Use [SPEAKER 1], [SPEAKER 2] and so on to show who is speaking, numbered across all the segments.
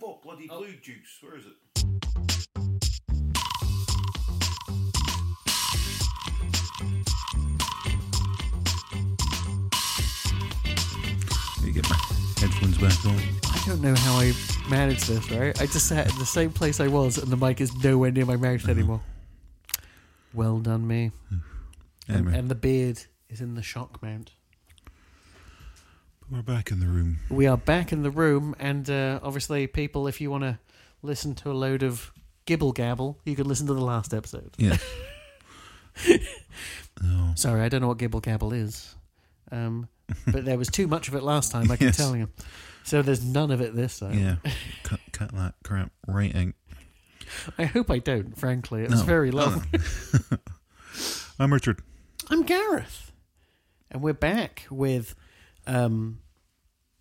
[SPEAKER 1] bloody
[SPEAKER 2] Oh.
[SPEAKER 1] blue juice. Where is it?
[SPEAKER 3] Let me get my headphones back on.
[SPEAKER 4] I don't know how I managed this, right? I just sat in the same place I was, and the mic is nowhere near my
[SPEAKER 3] Mm-hmm.
[SPEAKER 4] mouth anymore. Well done, me. And,
[SPEAKER 3] Anyway,
[SPEAKER 4] and the beard is in the shock mount.
[SPEAKER 3] but we're back in the room.
[SPEAKER 4] We are back in the room, and uh, obviously, people, if you want to listen to a load of gibble gabble, you can listen to the last episode.
[SPEAKER 3] Yes. no.
[SPEAKER 4] Sorry, I don't know what gibble gabble is, um, but there was too much of it last time. I keep
[SPEAKER 3] Yes.
[SPEAKER 4] telling you, so there's none of it this time.
[SPEAKER 3] Yeah. Cut, cut that crap right out.
[SPEAKER 4] I hope I don't. Frankly, it's
[SPEAKER 3] No.
[SPEAKER 4] very long.
[SPEAKER 3] I'm Richard.
[SPEAKER 4] I'm Gareth, and we're back with um,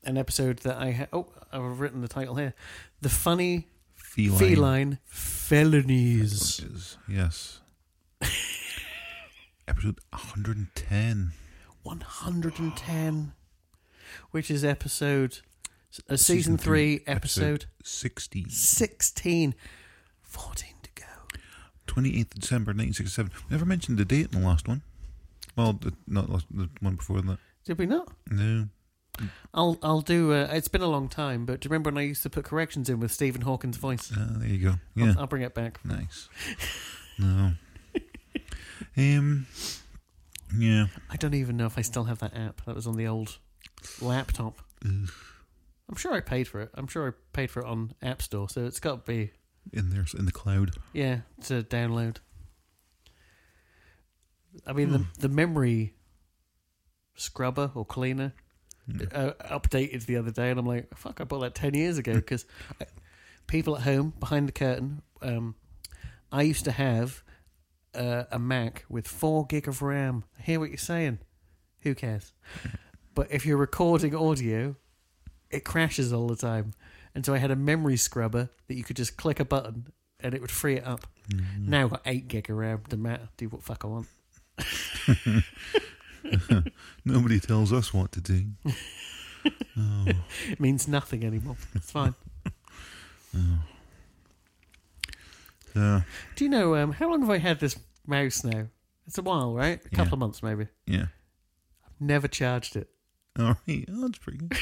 [SPEAKER 4] an episode that I ha- oh I've written the title here, the funny
[SPEAKER 3] Feline.
[SPEAKER 4] feline felonies.
[SPEAKER 3] Is, yes. Episode 110.
[SPEAKER 4] 110, which is episode, uh, season, three, episode,
[SPEAKER 3] 60.
[SPEAKER 4] 16. 14 to go.
[SPEAKER 3] 28th December 1967. We never mentioned the date in the last one. Well, the, not last, the one before that.
[SPEAKER 4] Did we not?
[SPEAKER 3] No.
[SPEAKER 4] I'll I'll do. Uh, it's been a long time, but do you remember when I used to put corrections in with Stephen Hawking's voice?
[SPEAKER 3] Uh, there you go. Yeah.
[SPEAKER 4] I'll, I'll bring it back.
[SPEAKER 3] Nice. No. Um. Yeah.
[SPEAKER 4] I don't even know if I still have that app. That was on the old laptop. I'm sure I paid for it. I'm sure I paid for it on App Store, so it's got to be
[SPEAKER 3] In there, in the cloud.
[SPEAKER 4] yeah to download. I mean the the memory scrubber or cleaner uh, updated the other day, and I'm like, fuck, I bought that ten years ago because people at home behind the curtain. Um, I used to have uh, a Mac with four gig of RAM. I hear what you're saying. Who cares? But if you're recording audio, it crashes all the time. And so I had a memory scrubber that you could just click a button and it would free it up.
[SPEAKER 3] Mm.
[SPEAKER 4] Now I've got eight gig of RAM. Doesn't matter. Do what fuck I want.
[SPEAKER 3] Nobody tells us what to do.
[SPEAKER 4] It means nothing anymore. It's fine.
[SPEAKER 3] Uh,
[SPEAKER 4] Do you know um, how long have I had this mouse now? It's a while, right? A couple
[SPEAKER 3] Yeah.
[SPEAKER 4] of months maybe.
[SPEAKER 3] yeah.
[SPEAKER 4] Never charged it.
[SPEAKER 3] All right. Oh, that's pretty good.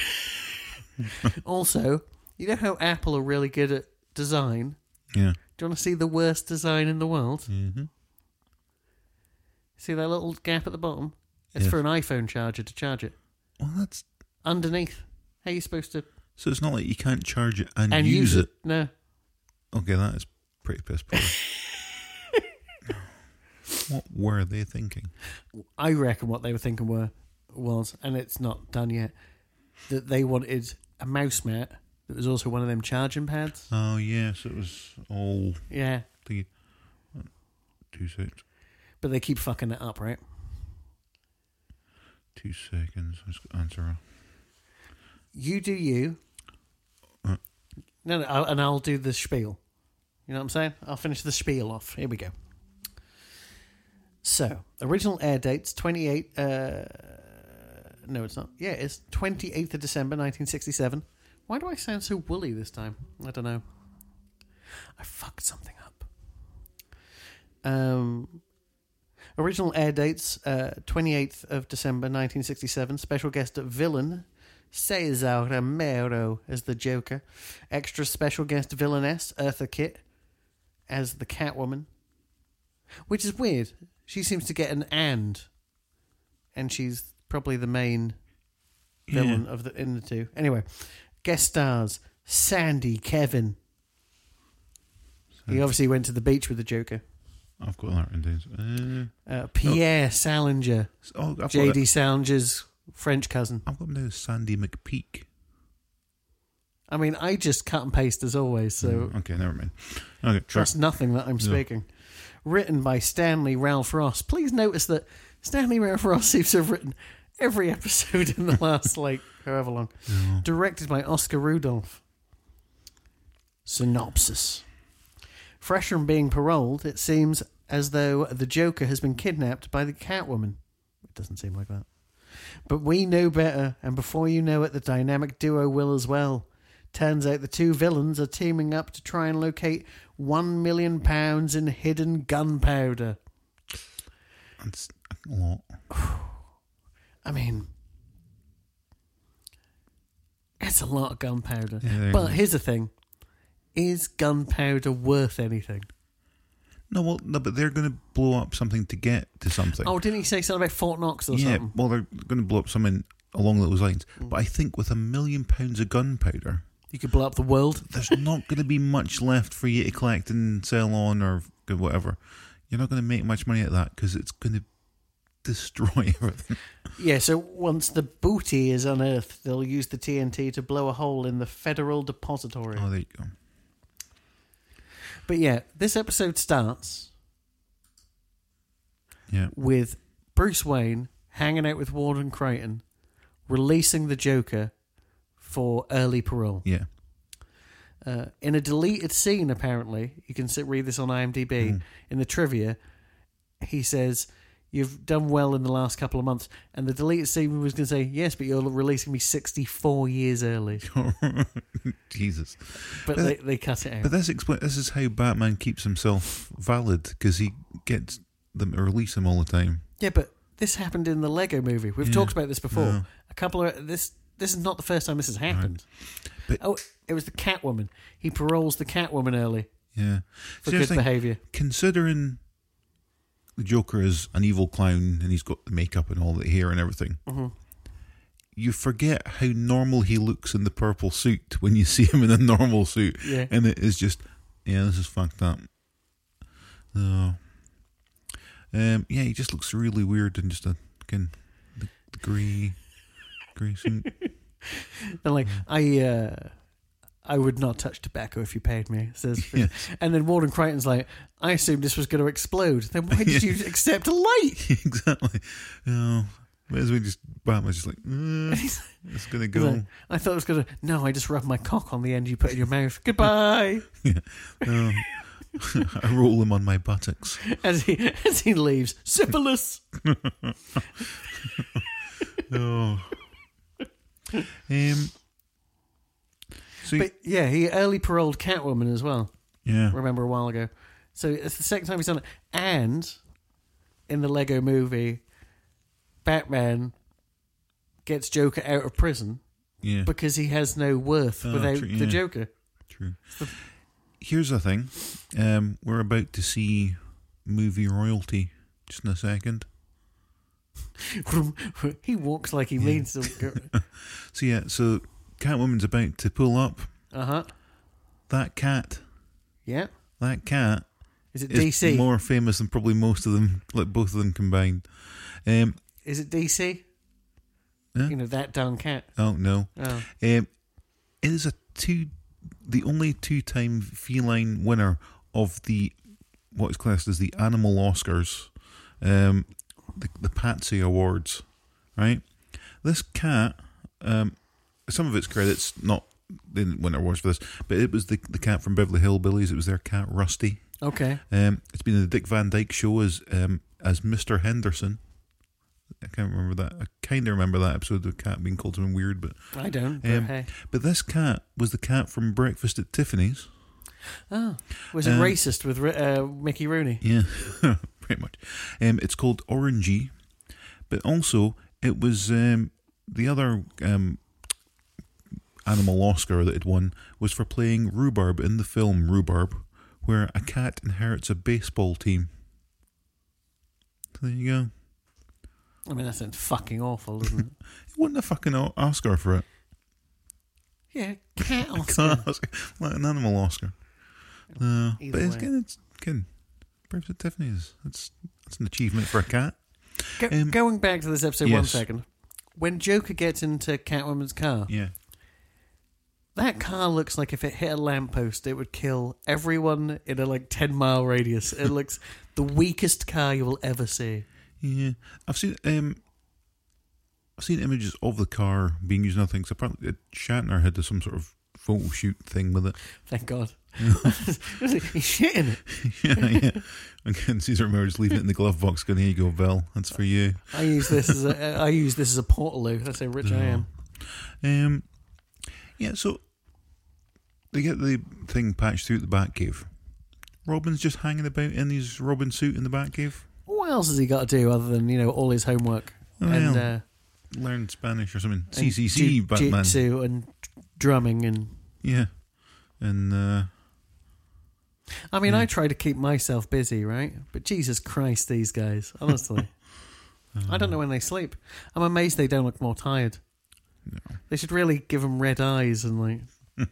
[SPEAKER 4] Also, you know how Apple are really good at design?
[SPEAKER 3] Yeah.
[SPEAKER 4] Do you want to see the worst design in the world?
[SPEAKER 3] Mm-hmm.
[SPEAKER 4] See that little gap at the bottom? It's
[SPEAKER 3] Yes.
[SPEAKER 4] for an iPhone charger to charge it.
[SPEAKER 3] Well, that's
[SPEAKER 4] Underneath. How are you supposed to
[SPEAKER 3] so. It's not like you can't charge it and,
[SPEAKER 4] and
[SPEAKER 3] use, it.
[SPEAKER 4] No.
[SPEAKER 3] Okay, that is pretty piss poor. what were they thinking?
[SPEAKER 4] I reckon what they were thinking were was, and it's not done yet, that they wanted a mouse mat that was also one of them charging pads.
[SPEAKER 3] Oh yes, it was all
[SPEAKER 4] Yeah,
[SPEAKER 3] thingy. Two seconds.
[SPEAKER 4] but they keep fucking it up, right?
[SPEAKER 3] Two seconds. I just answer. her.
[SPEAKER 4] You do you.
[SPEAKER 3] Uh.
[SPEAKER 4] No, no, I'll, and I'll do the spiel. You know what I'm saying? I'll finish the spiel off. Here we go. So, original air dates 28. Uh, no, it's not. Yeah, it's 28th of December 1967. Why do I sound so woolly this time? I don't know. I fucked something up. Um, original air dates uh, 28th of December 1967. Special guest at Villain Cesar Romero as the Joker. Extra special guest villainess Eartha Kitt as the Catwoman. Which is weird. She seems to get an and. And she's probably the main villain of the in the two. Anyway, guest stars Sandy Kevin. He obviously went to the beach with the Joker.
[SPEAKER 3] I've got that in days. Uh,
[SPEAKER 4] Uh, Pierre Salinger,
[SPEAKER 3] s- oh, I've got
[SPEAKER 4] JD
[SPEAKER 3] it.
[SPEAKER 4] Salinger's French cousin.
[SPEAKER 3] I've got him down as Sandy McPeak.
[SPEAKER 4] I mean, I just cut and paste as always, so
[SPEAKER 3] Okay, never mind. Okay, sure.
[SPEAKER 4] trust nothing that I'm speaking. Written by Stanley Ralph Ross. Please notice that Stanley Ralph Ross seems to have written every episode in the last, like, however long. Directed by Oscar Rudolph. Synopsis. Fresh from being paroled, it seems as though the Joker has been kidnapped by the Catwoman. It doesn't seem like that. But we know better, and before you know it, the dynamic duo will as well. Turns out the two villains are teaming up to try and locate one million pounds in hidden gunpowder.
[SPEAKER 3] That's a lot.
[SPEAKER 4] I mean, it's a lot of gunpowder.
[SPEAKER 3] Yeah, there
[SPEAKER 4] but
[SPEAKER 3] is.
[SPEAKER 4] here's the thing is gunpowder worth anything?
[SPEAKER 3] No, well, no, but they're going to blow up something to get to something.
[SPEAKER 4] Oh, didn't he say something about Fort Knox or
[SPEAKER 3] yeah,
[SPEAKER 4] something? Mm.
[SPEAKER 3] well, they're going to blow up something along those lines. But I think with a million pounds of gunpowder,
[SPEAKER 4] You could blow up the world.
[SPEAKER 3] there's not going to be much left for you to collect and sell on or whatever. You're not going to make much money at that because it's going to destroy everything.
[SPEAKER 4] Yeah, so once the booty is unearthed, they'll use the TNT to blow a hole in the Federal Depository.
[SPEAKER 3] Oh, there you go.
[SPEAKER 4] But yeah, this episode starts
[SPEAKER 3] Yeah.
[SPEAKER 4] with Bruce Wayne hanging out with Warden Creighton, releasing the Joker for early parole.
[SPEAKER 3] Yeah.
[SPEAKER 4] Uh, in a deleted scene, apparently, you can sit, read this on
[SPEAKER 3] Hmm.
[SPEAKER 4] IMDb in the trivia. He says, "You've done well in the last couple of months," and the deleted scene was going to say, "Yes, but you're releasing me 64 years early,"
[SPEAKER 3] Jesus.
[SPEAKER 4] but they, they cut it
[SPEAKER 3] But
[SPEAKER 4] out.
[SPEAKER 3] this expl- this is how Batman keeps himself valid because he gets them to release him all the time.
[SPEAKER 4] Yeah, but this happened in the Lego Movie. We've
[SPEAKER 3] Yeah,
[SPEAKER 4] talked about this before.
[SPEAKER 3] no.
[SPEAKER 4] A couple of this. This is not the first time this has happened.
[SPEAKER 3] But-
[SPEAKER 4] oh, it was the Catwoman. He paroles the Catwoman early
[SPEAKER 3] Yeah.
[SPEAKER 4] for
[SPEAKER 3] See, I
[SPEAKER 4] good
[SPEAKER 3] was thinking,
[SPEAKER 4] behaviour.
[SPEAKER 3] considering the Joker is an evil clown and he's got the makeup and all the hair and everything,
[SPEAKER 4] Mm-hmm.
[SPEAKER 3] you forget how normal he looks in the purple suit when you see him in a normal suit.
[SPEAKER 4] Yeah.
[SPEAKER 3] And it is just, yeah, this is fucked up. So, um, yeah, he just looks really weird in just a fucking the, the grey, grey suit.
[SPEAKER 4] And like, I uh, I would not touch tobacco if you paid me. Says,
[SPEAKER 3] Yeah.
[SPEAKER 4] and then Warden Crichton's like, I assumed this was going to explode. Then why did you accept a light?
[SPEAKER 3] exactly. Oh, may as well just Batman's just like, "Uh, it's gonna
[SPEAKER 4] He's like,
[SPEAKER 3] go.
[SPEAKER 4] I thought it was going to. No, I just rubbed my cock on the end you put in your mouth. Goodbye.
[SPEAKER 3] No. Oh. I roll him on my buttocks.
[SPEAKER 4] as he as he leaves, syphilis.
[SPEAKER 3] No. Oh. Um. So
[SPEAKER 4] But yeah, he early paroled Catwoman as well.
[SPEAKER 3] yeah,
[SPEAKER 4] Remember a while ago. So it's the second time he's done it. And in the Lego Movie, Batman gets Joker out of prison.
[SPEAKER 3] yeah,
[SPEAKER 4] because he has no worth
[SPEAKER 3] Oh,
[SPEAKER 4] without
[SPEAKER 3] true,
[SPEAKER 4] the
[SPEAKER 3] yeah.
[SPEAKER 4] Joker.
[SPEAKER 3] true. Here's the thing. Um, we're about to see movie royalty just in a second.
[SPEAKER 4] he walks like he means to.
[SPEAKER 3] So yeah, so Catwoman's about to pull up
[SPEAKER 4] Uh huh.
[SPEAKER 3] that cat.
[SPEAKER 4] Yeah.
[SPEAKER 3] That cat
[SPEAKER 4] Is it
[SPEAKER 3] is
[SPEAKER 4] DC?
[SPEAKER 3] more famous than probably most of them, like both of them combined. Um,
[SPEAKER 4] Is it DC?
[SPEAKER 3] Yeah.
[SPEAKER 4] You know that darn cat.
[SPEAKER 3] oh no,
[SPEAKER 4] Oh.
[SPEAKER 3] Um, it is a two, the only two-time feline winner of the what is classed as the animal Oscars, um, the, the Patsy Awards, right? This cat, um, some of its credits not they didn't win awards for this, but it was the the cat from Beverly Hillbillies. It was their cat Rusty.
[SPEAKER 4] Okay.
[SPEAKER 3] Um, it's been in the Dick Van Dyke Show as um, as Mister Henderson. I can't remember that. I kind of remember that episode of the cat being called something weird, but
[SPEAKER 4] I don't. But
[SPEAKER 3] um,
[SPEAKER 4] hey.
[SPEAKER 3] But this cat was the cat from Breakfast at Tiffany's.
[SPEAKER 4] Oh. Was it
[SPEAKER 3] um,
[SPEAKER 4] racist with Ri- uh, Mickey Rooney?
[SPEAKER 3] Yeah, pretty much. Um, it's called Orangey, but also it was um, the other um, animal Oscar that it won was for playing Rhubarb in the film Rhubarb, where a cat inherits a baseball team. So there you go.
[SPEAKER 4] I mean, that sounds fucking awful, doesn't it?
[SPEAKER 3] He won the fucking O- Oscar for it.
[SPEAKER 4] yeah, cat. Oscar.
[SPEAKER 3] Cat Oscar. Like an animal Oscar. No,
[SPEAKER 4] Either
[SPEAKER 3] but it's
[SPEAKER 4] way.
[SPEAKER 3] good. It's good. Breakfast at Tiffany's. That's that's an achievement for a cat.
[SPEAKER 4] Go,
[SPEAKER 3] um,
[SPEAKER 4] going back to this episode one
[SPEAKER 3] yes.
[SPEAKER 4] second. When Joker gets into Catwoman's car,
[SPEAKER 3] Yeah.
[SPEAKER 4] That car looks like if it hit a lamppost, it would kill everyone in a like 10 mile radius. It looks the weakest car you will ever see.
[SPEAKER 3] Yeah, I've seen um, I've seen images of the car being used in other things. Apparently, uh, Shatner had some sort of photo shoot thing with it.
[SPEAKER 4] Thank God. He's shitting it.
[SPEAKER 3] yeah, yeah. And Caesar Miller just leaving it in the glove box. Going, here you go, Val. That's for you.
[SPEAKER 4] I use this as a I use this as a portaloo. That's how rich I am.
[SPEAKER 3] Um, yeah. So They get the thing patched through at the Batcave. Robin's just hanging about in his Robin suit in the Batcave.
[SPEAKER 4] What else has he got to do other than you know all his homework and
[SPEAKER 3] Oh. Well,
[SPEAKER 4] uh,
[SPEAKER 3] Learn Spanish or something.
[SPEAKER 4] and
[SPEAKER 3] CCC
[SPEAKER 4] jiu-
[SPEAKER 3] Batman.
[SPEAKER 4] jitsu and drumming and
[SPEAKER 3] Yeah. And uh,
[SPEAKER 4] I mean I try to keep myself busy, right? But Jesus Christ, these guys, honestly, I don't know when they sleep. I'm amazed they don't look more tired. They should really give them red eyes and like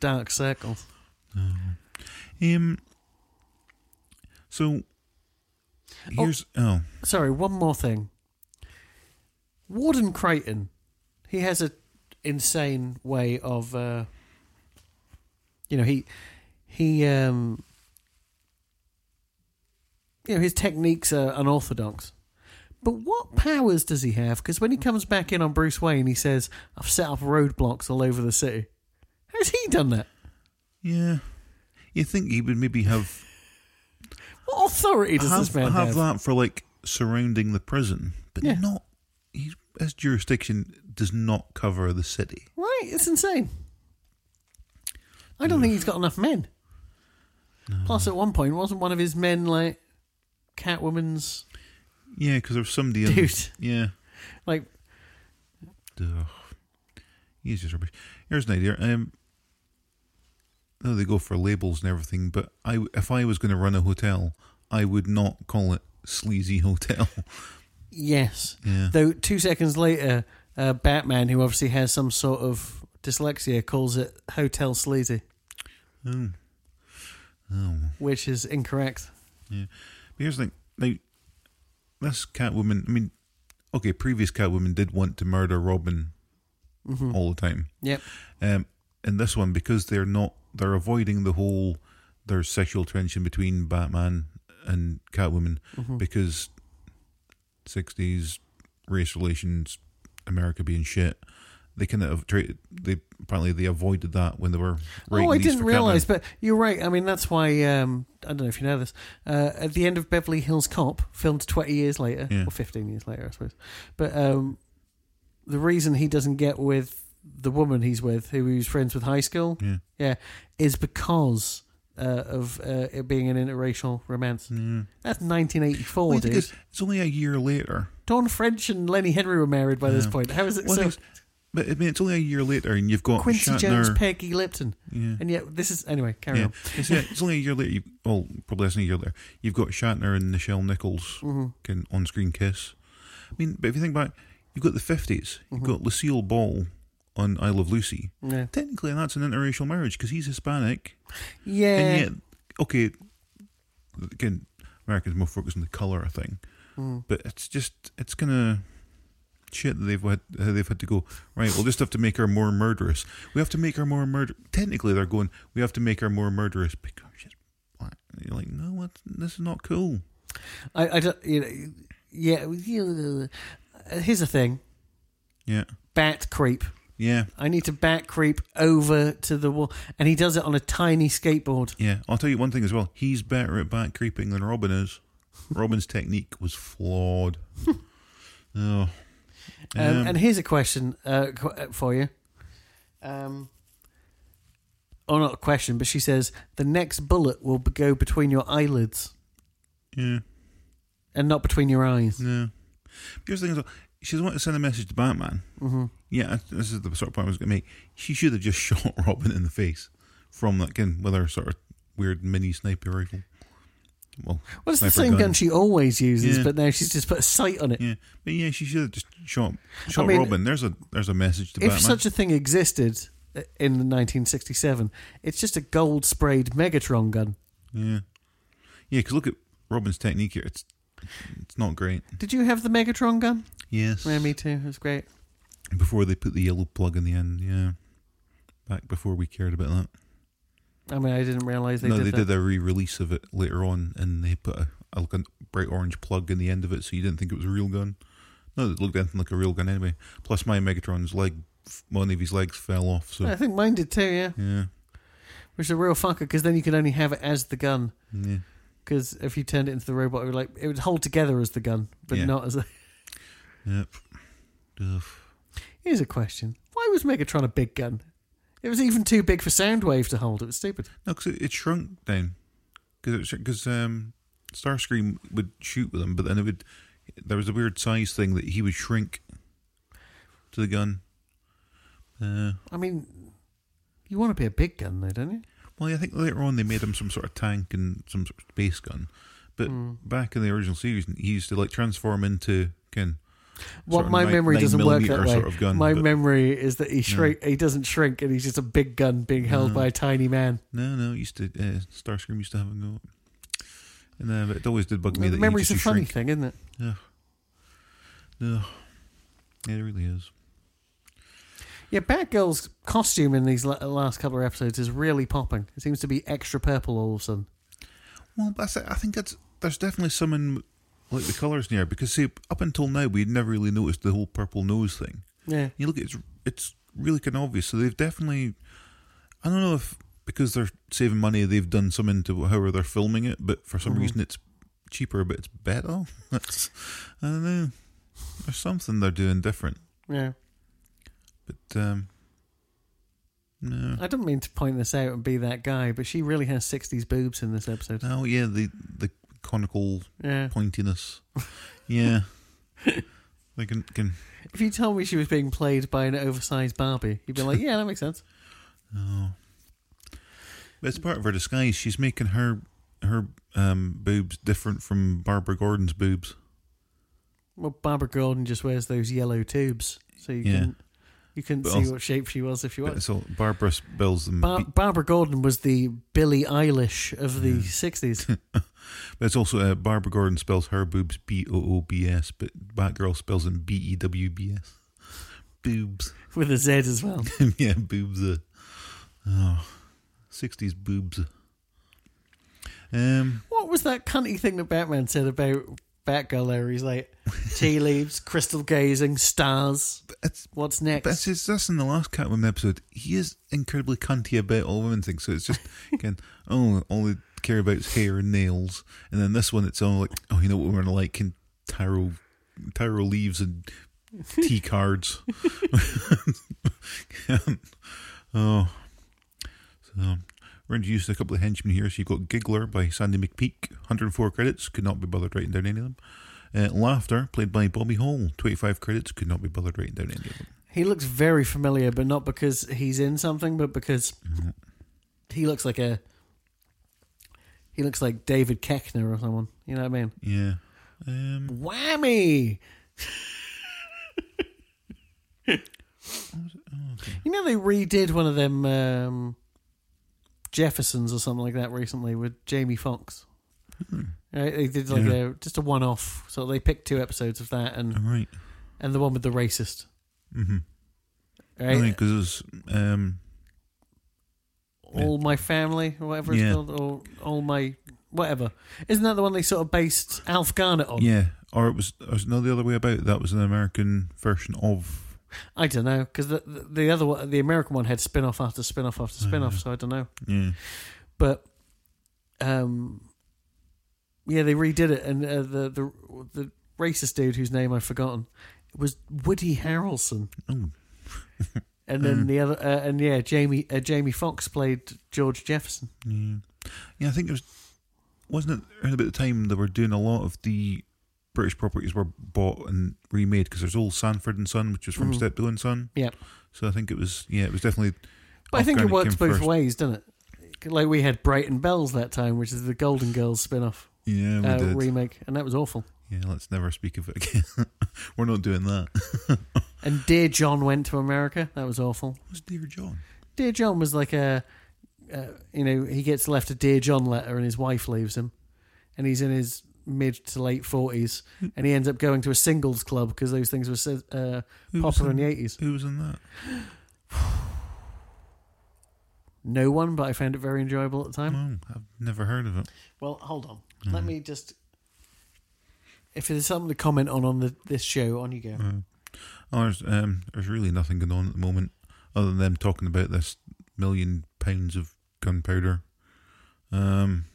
[SPEAKER 4] dark circles.
[SPEAKER 3] um, so
[SPEAKER 4] Oh.
[SPEAKER 3] here's oh,
[SPEAKER 4] Sorry, one more thing. Warden Creighton, he has a insane way of, uh, you know, he he um, you know his techniques are unorthodox. But what powers does he have? Because when he comes back in on Bruce Wayne, he says, "I've set up roadblocks all over the city." How's he done that?
[SPEAKER 3] yeah. You think he would maybe have
[SPEAKER 4] What authority does
[SPEAKER 3] have,
[SPEAKER 4] this man
[SPEAKER 3] have
[SPEAKER 4] have?
[SPEAKER 3] that for like surrounding the prison, but
[SPEAKER 4] Yeah.
[SPEAKER 3] not he, his jurisdiction does not cover the city.
[SPEAKER 4] Right, it's insane. I don't think he's got enough men. Plus, at one point, wasn't one of his men like Catwoman's
[SPEAKER 3] Yeah, because there's somebody in.
[SPEAKER 4] dude?
[SPEAKER 3] Yeah.
[SPEAKER 4] Like,
[SPEAKER 3] Ugh. He's just rubbish. Here's an idea. Um, no, they go for labels and everything, but I, if I was going to run a hotel, I would not call it Sleazy Hotel.
[SPEAKER 4] yes.
[SPEAKER 3] Yeah.
[SPEAKER 4] Though two seconds later, uh, Batman, who obviously has some sort of dyslexia, calls it Hotel Sleazy,
[SPEAKER 3] Oh. Oh.
[SPEAKER 4] which is incorrect.
[SPEAKER 3] Yeah. But here's the thing. Now, this Catwoman, I mean, okay, previous Catwoman did want to murder Robin
[SPEAKER 4] Hmm.
[SPEAKER 3] all the time.
[SPEAKER 4] Mm-hmm. Yep.
[SPEAKER 3] Um, and this one, because they're not, they're avoiding the whole there's sexual tension between Batman and Catwoman
[SPEAKER 4] Mm-hmm.
[SPEAKER 3] because sixties race relations, America being shit. They kind of tra- they apparently they avoided that when they were. writing
[SPEAKER 4] oh, I
[SPEAKER 3] these
[SPEAKER 4] didn't
[SPEAKER 3] for Catwoman.
[SPEAKER 4] realize, but you're right. I mean, that's why um, I don't know if you know this. Uh, at the end of Beverly Hills Cop, filmed 20 years later
[SPEAKER 3] Yeah.
[SPEAKER 4] or 15 years later, I suppose. But um, the reason he doesn't get with the woman he's with, who he's friends with high school,
[SPEAKER 3] Yeah.
[SPEAKER 4] is because uh, of uh, it being an interracial romance.
[SPEAKER 3] Yeah.
[SPEAKER 4] That's 1984,
[SPEAKER 3] Mm. Well,
[SPEAKER 4] dude.
[SPEAKER 3] it's, it's only a year later.
[SPEAKER 4] Don French and Lenny Henry were married by this
[SPEAKER 3] Yeah.
[SPEAKER 4] point. How is it
[SPEAKER 3] Well,
[SPEAKER 4] so?
[SPEAKER 3] it's- But I mean, it's only a year later, and you've got
[SPEAKER 4] Quincy
[SPEAKER 3] Shatner.
[SPEAKER 4] Jones, Peggy Lipton,
[SPEAKER 3] yeah.
[SPEAKER 4] and yet this is anyway. Carry
[SPEAKER 3] Yeah.
[SPEAKER 4] on.
[SPEAKER 3] It's, yeah, it's only a year later. You, well, probably less than a year later. You've got Shatner and Nichelle Nichols can on-screen kiss. I mean, but if you think back, you've got the 50s you You've got Lucille Ball on I Love Lucy.
[SPEAKER 4] Yeah.
[SPEAKER 3] Technically, that's an interracial marriage because he's Hispanic,
[SPEAKER 4] Yeah.
[SPEAKER 3] and yet, okay, again, Americans more focused on the color, I think, but it's just it's gonna. Shit, that they've had how they've had to go right. We'll just have to make her more murderous. We have to make her more murder. Technically, they're going. We have to make her more murderous because she's black. And you're like, no, what? This is not cool.
[SPEAKER 4] I, I don't, you know, yeah. you- uh, Here's the thing:
[SPEAKER 3] Yeah,
[SPEAKER 4] bat creep.
[SPEAKER 3] yeah,
[SPEAKER 4] I need to bat creep over to the wall, and he does it on a tiny skateboard.
[SPEAKER 3] yeah. I'll tell you one thing as well. He's better at back creeping than Robin is. Robin's technique was flawed. oh,
[SPEAKER 4] Um,
[SPEAKER 3] Um,
[SPEAKER 4] and here's a question uh, qu- uh, for you. Um, or not a question, but she says the next bullet will b- go between your eyelids
[SPEAKER 3] yeah.
[SPEAKER 4] and not between your eyes.
[SPEAKER 3] No. Here's the thing as well. She's wanting to send a message to Batman. Mm-hmm. Yeah, this is the sort of point I was going to make. She should have just shot Robin in the face from that gun with her sort of weird mini sniper rifle. Well,
[SPEAKER 4] Well, it's the
[SPEAKER 3] sniper
[SPEAKER 4] same gun she always uses,
[SPEAKER 3] Yeah.
[SPEAKER 4] but now she's just put a sight on it.
[SPEAKER 3] Yeah, but yeah, she should have just shot shot
[SPEAKER 4] mean,
[SPEAKER 3] Robin. There's a there's a message to
[SPEAKER 4] if
[SPEAKER 3] Batman.
[SPEAKER 4] such a thing existed uh, in 1967, it's just a gold sprayed Megatron gun.
[SPEAKER 3] yeah, yeah. Because look at Robin's technique here. It's it's not great.
[SPEAKER 4] Did you have the Megatron gun?
[SPEAKER 3] Yes.
[SPEAKER 4] Yeah, me too. It was great.
[SPEAKER 3] Before they put the yellow plug in the end. Yeah. Back before we cared about that.
[SPEAKER 4] I mean, I didn't realize they
[SPEAKER 3] no,
[SPEAKER 4] did
[SPEAKER 3] they
[SPEAKER 4] that.
[SPEAKER 3] did a re-release of it later on, and they put a, a, like a bright orange plug in the end of it, so you didn't think it was a real gun. No, it looked anything like a real gun anyway. Plus, my Megatron's leg, one of his legs fell off. So
[SPEAKER 4] I think mine did too, yeah.
[SPEAKER 3] yeah,
[SPEAKER 4] Which is a real fucker because then you could only have it as the gun.
[SPEAKER 3] yeah.
[SPEAKER 4] Because if you turned it into the robot, it would, like, it would hold together as the gun, but
[SPEAKER 3] Yeah.
[SPEAKER 4] not as a.
[SPEAKER 3] Yep. Ugh.
[SPEAKER 4] Here's a question Why was Megatron a big gun? It was even too big for Soundwave to hold. It was stupid.
[SPEAKER 3] No, because it, it shrunk down. Because because um, Starscream would shoot with him, but then it would. There was a weird size thing that he would shrink to the gun. Uh,
[SPEAKER 4] I mean, you want to be a big gun, though, don't you?
[SPEAKER 3] well, I think later on they made him some sort of tank and some sort of space gun. But
[SPEAKER 4] Hmm.
[SPEAKER 3] back in the original series, he used to like transform into kin.
[SPEAKER 4] Well,
[SPEAKER 3] sort of
[SPEAKER 4] my
[SPEAKER 3] nine-
[SPEAKER 4] memory
[SPEAKER 3] nine
[SPEAKER 4] doesn't work that
[SPEAKER 3] millimeter
[SPEAKER 4] way.
[SPEAKER 3] sort of gun,
[SPEAKER 4] my
[SPEAKER 3] but-
[SPEAKER 4] memory is that he shrink. He doesn't shrink, and he's just a big gun being
[SPEAKER 3] Mm.
[SPEAKER 4] held by a tiny man.
[SPEAKER 3] No, no, he used to uh, Starscream used to have a go. And uh, but it always did bug me that he
[SPEAKER 4] Memory's
[SPEAKER 3] used
[SPEAKER 4] a
[SPEAKER 3] to
[SPEAKER 4] funny
[SPEAKER 3] shrink.
[SPEAKER 4] thing, isn't it?
[SPEAKER 3] Yeah. No. Yeah, it really is.
[SPEAKER 4] Yeah, Batgirl's costume in these la- last couple of episodes is really popping. It seems to be extra purple all of a sudden.
[SPEAKER 3] Well, that's it. I think that's there's definitely some in like the colours in here because see up until now we'd never really noticed the whole purple nose thing.
[SPEAKER 4] Yeah,
[SPEAKER 3] You look, it's it's really kind of obvious. So they've definitely, I don't know if because they're saving money they've done some into however they're filming it, but for some reason it's cheaper, but it's better. That's I don't know. There's something they're doing different,
[SPEAKER 4] yeah.
[SPEAKER 3] but um, no.
[SPEAKER 4] I don't mean to point this out and be that guy, but she really has '60s boobs in this episode.
[SPEAKER 3] Oh yeah, the the conical
[SPEAKER 4] Yeah.
[SPEAKER 3] pointiness. Yeah, they can can.
[SPEAKER 4] If you told me she was being played by an oversized Barbie, you'd be like, "Yeah, that makes sense."
[SPEAKER 3] Oh. But it's part of her disguise. She's making her her um, boobs different from Barbara Gordon's boobs.
[SPEAKER 4] Well, Barbara Gordon just wears those yellow tubes, so you
[SPEAKER 3] Yeah.
[SPEAKER 4] can you couldn't
[SPEAKER 3] But
[SPEAKER 4] see
[SPEAKER 3] also-
[SPEAKER 4] what shape she was if you
[SPEAKER 3] But
[SPEAKER 4] watched.
[SPEAKER 3] so Barbara spells them.
[SPEAKER 4] Bar-
[SPEAKER 3] B-
[SPEAKER 4] Barbara Gordon was the Billie Eilish of the '60s.
[SPEAKER 3] but it's also uh, Barbara Gordon spells her boobs B O O B S, but Batgirl spells them B E W B S. Boobs.
[SPEAKER 4] with a Z as well.
[SPEAKER 3] yeah, boobs. Uh, oh, 60s boobs. Um,
[SPEAKER 4] What was that cunty thing that Batman said about Batgirl? There, he's like tea leaves, crystal gazing, stars.
[SPEAKER 3] it's
[SPEAKER 4] What's next?
[SPEAKER 3] That's just that's in the last Catwoman episode. He is incredibly cunty about all women things. So it's just again, oh, all they care about is hair and nails. And then this one, it's all like, oh, you know what we're gonna like in tarot, tarot leaves and tea cards. oh, so we're introduced to a couple of henchmen here. So you've got Giggler by Sandy McPeak, 104 credits. Could not be bothered writing down any of them. Uh, Laughter, played by Bobby Hall, 25 credits. Could not be bothered writing down any of them.
[SPEAKER 4] He looks very familiar, but not because he's in something, but because he looks like a he looks like David Keckner or someone. You know what I mean?
[SPEAKER 3] Yeah. Um,
[SPEAKER 4] Whammy. You know they redid one of them um, Jeffersons or something like that recently with Jamie Foxx. Right, they did like
[SPEAKER 3] Hmm. Yeah.
[SPEAKER 4] a just a one-off, so they picked two episodes of that and
[SPEAKER 3] all right.
[SPEAKER 4] and the one with the racist. Mm-hmm. Right,
[SPEAKER 3] Because it was. Um,
[SPEAKER 4] all my family, or whatever
[SPEAKER 3] Yeah.
[SPEAKER 4] it's called, or all my whatever. Isn't that the one they sort of based Alf Garnett on?
[SPEAKER 3] yeah. Or it was, or was no the other way about. That was an American version of.
[SPEAKER 4] I don't know because the, the the other one, the American one, had spin off after spin off after spin off. So I don't know,
[SPEAKER 3] Yeah.
[SPEAKER 4] but um, yeah, they redid it, and uh, the the the racist dude whose name I've forgotten was Woody Harrelson.
[SPEAKER 3] Oh.
[SPEAKER 4] And
[SPEAKER 3] Mm.
[SPEAKER 4] then the other, uh, and yeah, Jamie uh, Jamie Fox played George Jefferson.
[SPEAKER 3] Yeah. Yeah. I think it was. Wasn't it around about the time they were doing a lot of the British properties were bought and remade? Because there's old Sanford and Son, which was from Steptoe and Son.
[SPEAKER 4] Mm-hmm. Yeah,
[SPEAKER 3] So I think it was. Yeah, it was definitely.
[SPEAKER 4] But I think it
[SPEAKER 3] Afghani
[SPEAKER 4] works
[SPEAKER 3] came
[SPEAKER 4] both
[SPEAKER 3] first.
[SPEAKER 4] ways, doesn't it? Like we had Brighton Bells that time, which is the Golden Girls spin-off
[SPEAKER 3] Yeah, we
[SPEAKER 4] uh,
[SPEAKER 3] did.
[SPEAKER 4] remake, and that was awful.
[SPEAKER 3] yeah, let's never speak of it again. we're not doing that.
[SPEAKER 4] And Dear John went to America. That was awful.
[SPEAKER 3] Who's Dear John?
[SPEAKER 4] Dear John was like a, uh, you know, he gets left a Dear John letter, and his wife leaves him, and he's in his mid to late forties, and he ends up going to a singles club because those things were so, uh,
[SPEAKER 3] Who was
[SPEAKER 4] popular in the eighties.
[SPEAKER 3] Who was in that?
[SPEAKER 4] No one, but I found it very enjoyable at the time.
[SPEAKER 3] Oh, I've never heard of it.
[SPEAKER 4] Well, hold on. Let me just. If there's something to comment on on the, this show, on you go.
[SPEAKER 3] Oh, there's um, there's really nothing going on at the moment other than them talking about this million pounds of gunpowder. Um,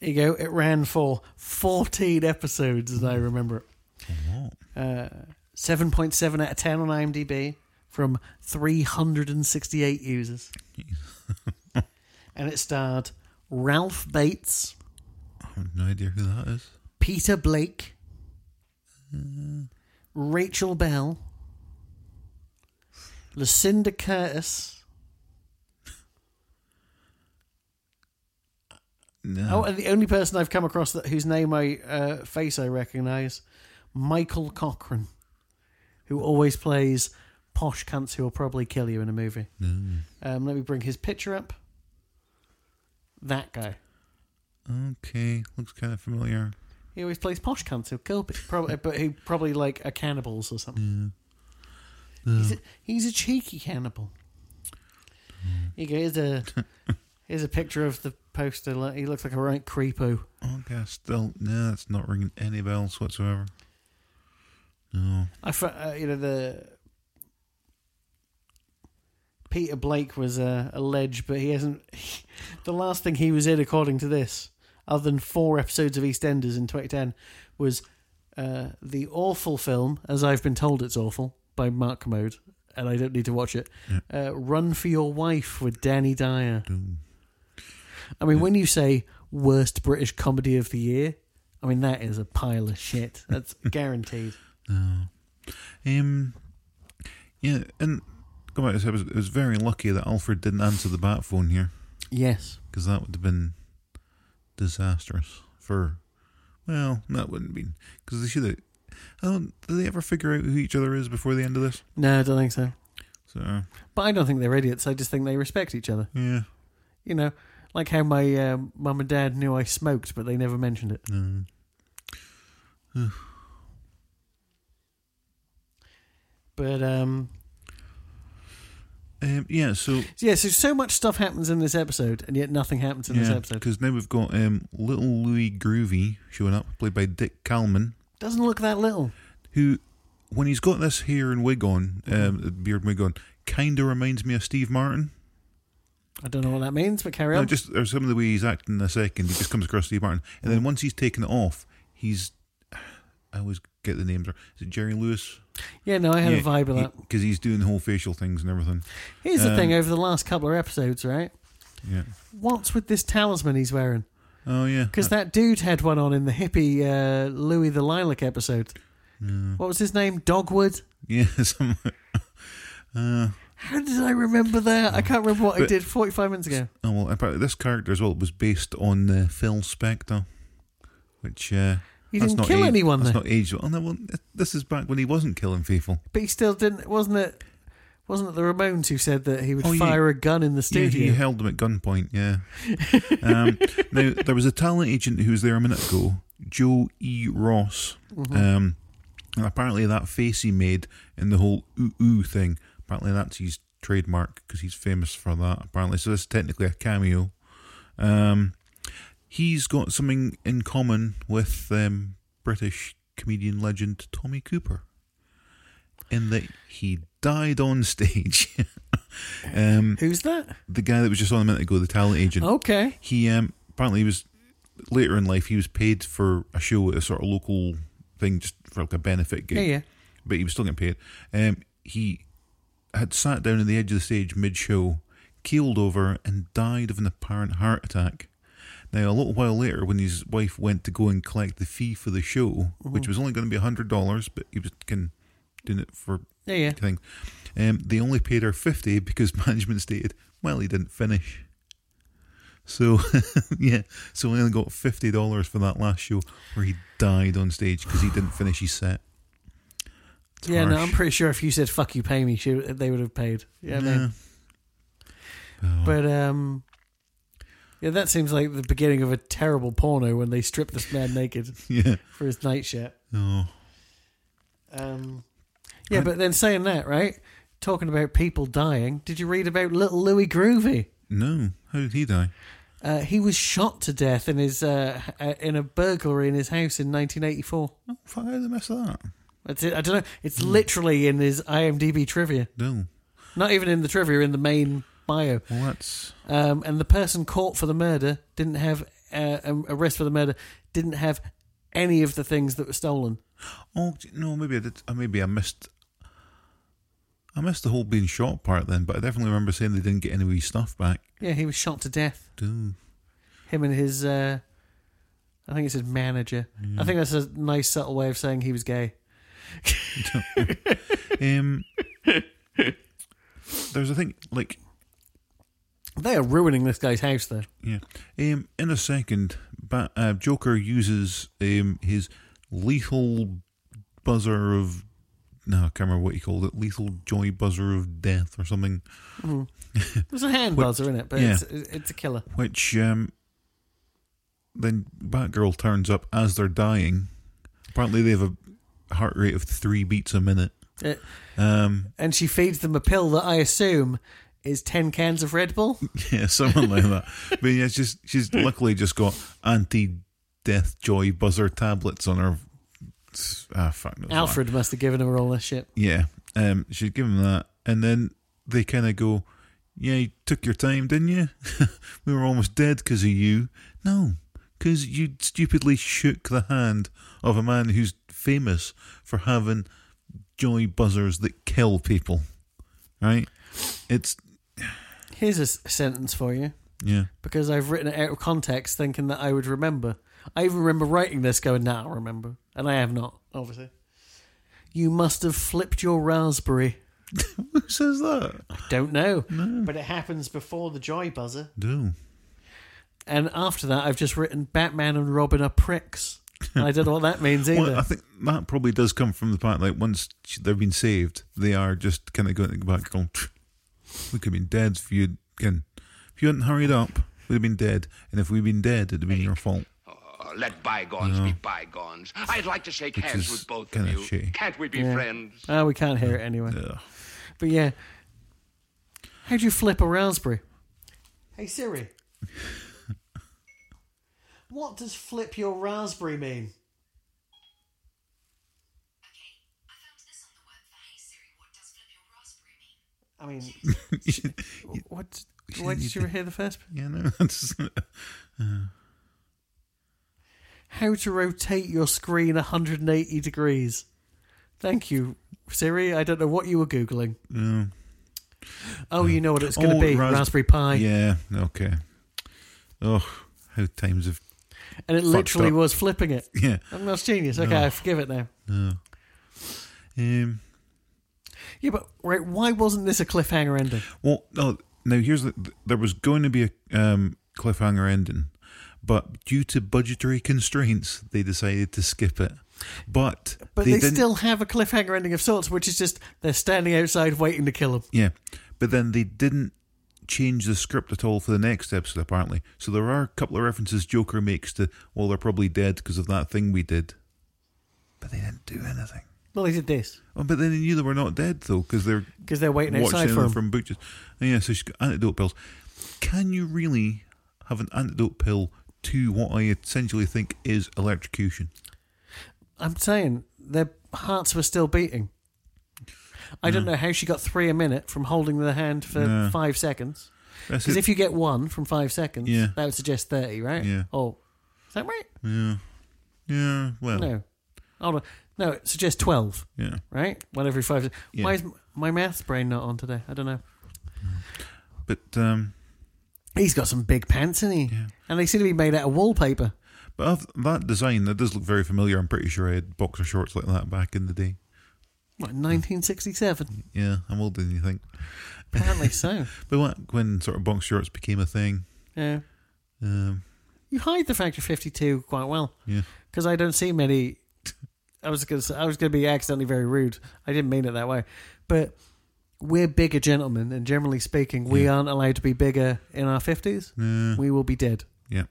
[SPEAKER 4] There you go. It ran for 14 episodes, as I remember it. Uh, 7.7 out of 10 on IMDb, from 368 users. and it starred Ralph Bates,
[SPEAKER 3] I have no idea who that is.
[SPEAKER 4] Peter Blake, Rachel Bell, Lucinda Curtis. Oh,
[SPEAKER 3] No.
[SPEAKER 4] and the only person I've come across that whose name I uh, face I recognise, Michael Cochran, who always plays posh cunts who will probably kill you in a movie. Um, let me bring his picture up. That guy.
[SPEAKER 3] Okay, looks kind of familiar.
[SPEAKER 4] He always plays posh cunts who kill people, probably, but who probably like are cannibals or something.
[SPEAKER 3] Mm.
[SPEAKER 4] He's, a, he's a cheeky cannibal. Here you go. Here's a here's a picture of the poster. like, He looks like a right creepo.
[SPEAKER 3] Oh, Okay, I still, no, that's not ringing any bells whatsoever. No.
[SPEAKER 4] I, fr- uh, you know, the Peter Blake was a, a ledge, but he hasn't. the last thing he was in, according to this, other than four episodes of EastEnders in 2010, was uh, the awful film, as I've been told it's awful, by Mark Mode, and I don't need to watch it. Uh, Run for Your Wife with Danny Dyer.
[SPEAKER 3] Ooh.
[SPEAKER 4] I mean, when you say worst British comedy of the year, I mean that is a pile of shit. That's guaranteed.
[SPEAKER 3] Um, yeah, and come on, I was, I was very lucky that Alfred didn't answer the bat phone here
[SPEAKER 4] Yes.
[SPEAKER 3] because that would have been disastrous for. Well, that wouldn't be because they should have. I don't. Did they ever figure out who each other is before the end of this?
[SPEAKER 4] No, I don't think so.
[SPEAKER 3] So
[SPEAKER 4] But I don't think they're idiots. I just think they respect each other.
[SPEAKER 3] yeah,
[SPEAKER 4] You know, like how my um mum and dad knew I smoked, but they never mentioned it.
[SPEAKER 3] no.
[SPEAKER 4] But um,
[SPEAKER 3] Um, yeah. So
[SPEAKER 4] so yeah, so so much stuff happens in this episode, and yet nothing happens in this
[SPEAKER 3] yeah,
[SPEAKER 4] episode.
[SPEAKER 3] because now we've got um, little Louis Groovy showing up, played by Dick Calman.
[SPEAKER 4] Doesn't look that little.
[SPEAKER 3] who, when he's got this hair and wig on, um, beard and wig on, kind of reminds me of Steve Martin.
[SPEAKER 4] I don't know what that means, but carry
[SPEAKER 3] No,
[SPEAKER 4] on.
[SPEAKER 3] just or some of the way he's acting in a second, he just comes across Steve Martin, and
[SPEAKER 4] Hmm.
[SPEAKER 3] then once he's taken it off, he's. I always get the names. wrong. Is it Jerry Lewis?
[SPEAKER 4] yeah, um, no, I had a vibe of that.
[SPEAKER 3] Because he's doing the whole facial things and everything.
[SPEAKER 4] Here's the thing: over the last couple of episodes, right?
[SPEAKER 3] Yeah.
[SPEAKER 4] What's with this talisman he's wearing?
[SPEAKER 3] Oh yeah.
[SPEAKER 4] Because that dude had one on in the hippie uh, Louis the Lilac episode. What was his name? Dogwood.
[SPEAKER 3] yeah. Some, uh,
[SPEAKER 4] How did I remember that? I can't remember what I
[SPEAKER 3] But-
[SPEAKER 4] did 45 minutes ago.
[SPEAKER 3] oh well. Apparently, this character as well was based on uh, Phil Spector, which. Uh,
[SPEAKER 4] He
[SPEAKER 3] that's
[SPEAKER 4] didn't
[SPEAKER 3] not
[SPEAKER 4] kill
[SPEAKER 3] age-
[SPEAKER 4] anyone,
[SPEAKER 3] That's
[SPEAKER 4] though.
[SPEAKER 3] not age. Oh, no, well, this is back when he wasn't killing people.
[SPEAKER 4] But he still didn't. Wasn't it? Wasn't it the Ramones who said that he would
[SPEAKER 3] Oh, yeah.
[SPEAKER 4] fire a gun in the
[SPEAKER 3] Yeah,
[SPEAKER 4] studio?
[SPEAKER 3] you held them at gunpoint, yeah. um, now, there was a talent agent who was there a minute ago, Joe E. Ross. Um, and apparently, that face he made in the whole ooh ooh thing, apparently, that's his trademark because he's famous for that, apparently. So, this is technically a cameo. Um, he's got something in common with um, British comedian legend Tommy Cooper in that he died on stage. um,
[SPEAKER 4] Who's that?
[SPEAKER 3] the guy that was just on a minute ago, the talent agent.
[SPEAKER 4] Okay.
[SPEAKER 3] He um, apparently he was later in life. He was paid for a show at a sort of local thing, just for like a benefit gig.
[SPEAKER 4] Yeah, yeah.
[SPEAKER 3] But he was still getting paid. Um, he had sat down on the edge of the stage mid-show, keeled over, and died of an apparent heart attack. Now, a little while later, when his wife went to go and collect the fee for the show,
[SPEAKER 4] Mm-hmm.
[SPEAKER 3] which was only going to be hundred dollars, but he was kind of doing it for
[SPEAKER 4] Yeah, yeah.
[SPEAKER 3] thing. Um, they only paid her fifty because management stated, "Well, he didn't finish." So, yeah, so we only got fifty dollars for that last show where he died on stage because he didn't finish his set. It's
[SPEAKER 4] Yeah, no,
[SPEAKER 3] harsh.
[SPEAKER 4] I'm pretty sure if you said "fuck you, pay me," she, they would have paid. Yeah, I mean. But um, yeah, that seems like the beginning of a terrible porno when they strip this man naked
[SPEAKER 3] yeah, Oh,
[SPEAKER 4] for his night shirt.
[SPEAKER 3] no,
[SPEAKER 4] Um, yeah, but then saying that, right? Talking about people dying. Did you read about Little Louis Groovy?
[SPEAKER 3] no. How did he die?
[SPEAKER 4] Uh, he was shot to death in his uh, h- in a burglary in his house in 1984.
[SPEAKER 3] Oh, fuck! How did I miss that?
[SPEAKER 4] That's it. I don't know. It's literally in his IMDb trivia.
[SPEAKER 3] No.
[SPEAKER 4] Not even in the trivia, in the main bio.
[SPEAKER 3] Well, that's
[SPEAKER 4] Um, and the person caught for the murder didn't have uh, um, arrest for the murder didn't have any of the things that were stolen.
[SPEAKER 3] oh d- no. Maybe I did. uh, Maybe I missed. I missed the whole being shot part then, but I definitely remember saying they didn't get any of his stuff back.
[SPEAKER 4] Yeah, he was shot to death.
[SPEAKER 3] Dude.
[SPEAKER 4] Him and his, uh, I think it's his manager. I think that's a nice subtle way of saying he was gay.
[SPEAKER 3] Um, there's a thing like
[SPEAKER 4] They are ruining this guy's house, though.
[SPEAKER 3] yeah. Um, in a second, ba- uh, Joker uses um his lethal buzzer of no, I can't remember what he called it. Lethal joy buzzer of death or something.
[SPEAKER 4] It's a hand buzzer, isn't it? But
[SPEAKER 3] yeah.
[SPEAKER 4] it's, it's a killer.
[SPEAKER 3] Which um, then Batgirl turns up as they're dying. Apparently, they have a heart rate of three beats a minute.
[SPEAKER 4] It,
[SPEAKER 3] Um,
[SPEAKER 4] and she feeds them a pill that I assume is 10 cans of Red Bull.
[SPEAKER 3] yeah, something like that. But yeah, it's just she's luckily just got anti-death joy buzzer tablets on her. Ah, fuck knows what.
[SPEAKER 4] Alfred must have given her all this shit.
[SPEAKER 3] Yeah, um, she's given that, and then they kind of go, "Yeah, you took your time, didn't you? we were almost dead because of you. No, because you stupidly shook the hand of a man who's famous for having joy buzzers that kill people. Right? It's
[SPEAKER 4] Here's a s- sentence for you
[SPEAKER 3] yeah,
[SPEAKER 4] because I've written it out of context thinking that I would remember. I even remember writing this going, nah, I'll remember. And I have not, obviously. You must have flipped your raspberry.
[SPEAKER 3] who says that?
[SPEAKER 4] Don't know. But it happens before the joy buzzer.
[SPEAKER 3] Do
[SPEAKER 4] And after that, I've just written Batman and Robin are pricks. And I don't know what that means either.
[SPEAKER 3] well, I think that probably does come from the fact like once she- they've been saved, they are just kind of going back going, "Pfft, we could have been dead if you again, if you hadn't hurried up, we'd have been dead, and if we'd been dead, it'd have been your fault.
[SPEAKER 1] Oh, let bygones be bygones. I'd like to shake
[SPEAKER 3] Which
[SPEAKER 1] hands
[SPEAKER 3] is
[SPEAKER 1] with both of
[SPEAKER 3] kinda
[SPEAKER 1] you.
[SPEAKER 3] shitty.
[SPEAKER 1] Can't we be
[SPEAKER 4] Yeah.
[SPEAKER 1] friends?
[SPEAKER 4] Oh, we can't hear it anyway.
[SPEAKER 3] Ugh.
[SPEAKER 4] But yeah. How'd you flip a raspberry? Hey Siri. what does flip your raspberry mean?
[SPEAKER 2] Okay, I found this on the web for Hey Siri, what does flip your raspberry mean?
[SPEAKER 4] I mean, what? Why did you hear the first?
[SPEAKER 3] Yeah, no, that's,
[SPEAKER 4] How to rotate your screen 180 degrees. Thank you, Siri. I don't know what you were googling.
[SPEAKER 3] no.
[SPEAKER 4] Oh, you know what it's going to
[SPEAKER 3] Oh,
[SPEAKER 4] be:
[SPEAKER 3] ras-
[SPEAKER 4] Raspberry Pi.
[SPEAKER 3] yeah, okay. Oh, how times have
[SPEAKER 4] And it
[SPEAKER 3] Fucked
[SPEAKER 4] literally
[SPEAKER 3] up.
[SPEAKER 4] was flipping it.
[SPEAKER 3] yeah.
[SPEAKER 4] I'm not genius. Okay, I forgive it now.
[SPEAKER 3] Um,
[SPEAKER 4] Yeah, but right, why wasn't this a cliffhanger ending?
[SPEAKER 3] Well, no. Now here's the, there was going to be a um, cliffhanger ending, but due to budgetary constraints, they decided to skip it. But
[SPEAKER 4] But they,
[SPEAKER 3] didn't,
[SPEAKER 4] still have a cliffhanger ending of sorts, which is just they're standing outside waiting to kill him.
[SPEAKER 3] yeah. But then they didn't change the script at all for the next episode. Apparently, so there are a couple of references Joker makes to well, they're probably dead because of that thing we did. But they didn't do anything.
[SPEAKER 4] Well, they did this
[SPEAKER 3] Oh, but then they knew they were not dead though because they're
[SPEAKER 4] because they're waiting outside
[SPEAKER 3] watching
[SPEAKER 4] for
[SPEAKER 3] them
[SPEAKER 4] him.
[SPEAKER 3] from butchers. And yeah, so she's got antidote pills. Can you really have an antidote pill to what I essentially think is electrocution?
[SPEAKER 4] I'm saying their hearts were still beating. I don't know how she got three a minute from holding the hand for
[SPEAKER 3] No.
[SPEAKER 4] five seconds.
[SPEAKER 3] That's
[SPEAKER 4] Because
[SPEAKER 3] it.
[SPEAKER 4] if you get one from five seconds,
[SPEAKER 3] Yeah.
[SPEAKER 4] that would suggest thirty, right?
[SPEAKER 3] Yeah.
[SPEAKER 4] Oh, is that right?
[SPEAKER 3] yeah, well,
[SPEAKER 4] No. Hold on. No, it suggests twelve,
[SPEAKER 3] yeah.
[SPEAKER 4] right? One every five.
[SPEAKER 3] Yeah.
[SPEAKER 4] Why is m- my maths brain not on today? I don't know.
[SPEAKER 3] But um,
[SPEAKER 4] He's got some big pants, isn't he? And they seem to be made out of wallpaper.
[SPEAKER 3] but of that design that does look very familiar. I'm pretty sure I had boxer shorts like that back in the day.
[SPEAKER 4] What, 1967.
[SPEAKER 3] Yeah, I'm older than you think.
[SPEAKER 4] Apparently so.
[SPEAKER 3] But when- when sort of boxer shorts became a thing,
[SPEAKER 4] Yeah.
[SPEAKER 3] um,
[SPEAKER 4] You hide the fact you're 52 quite well.
[SPEAKER 3] yeah,
[SPEAKER 4] Because I don't see many. I was gonna. Say, I was gonna be accidentally very rude. I didn't mean it that way, but we're bigger gentlemen, and generally speaking, we aren't allowed to be bigger in our fifties. We will be dead.
[SPEAKER 3] yeah.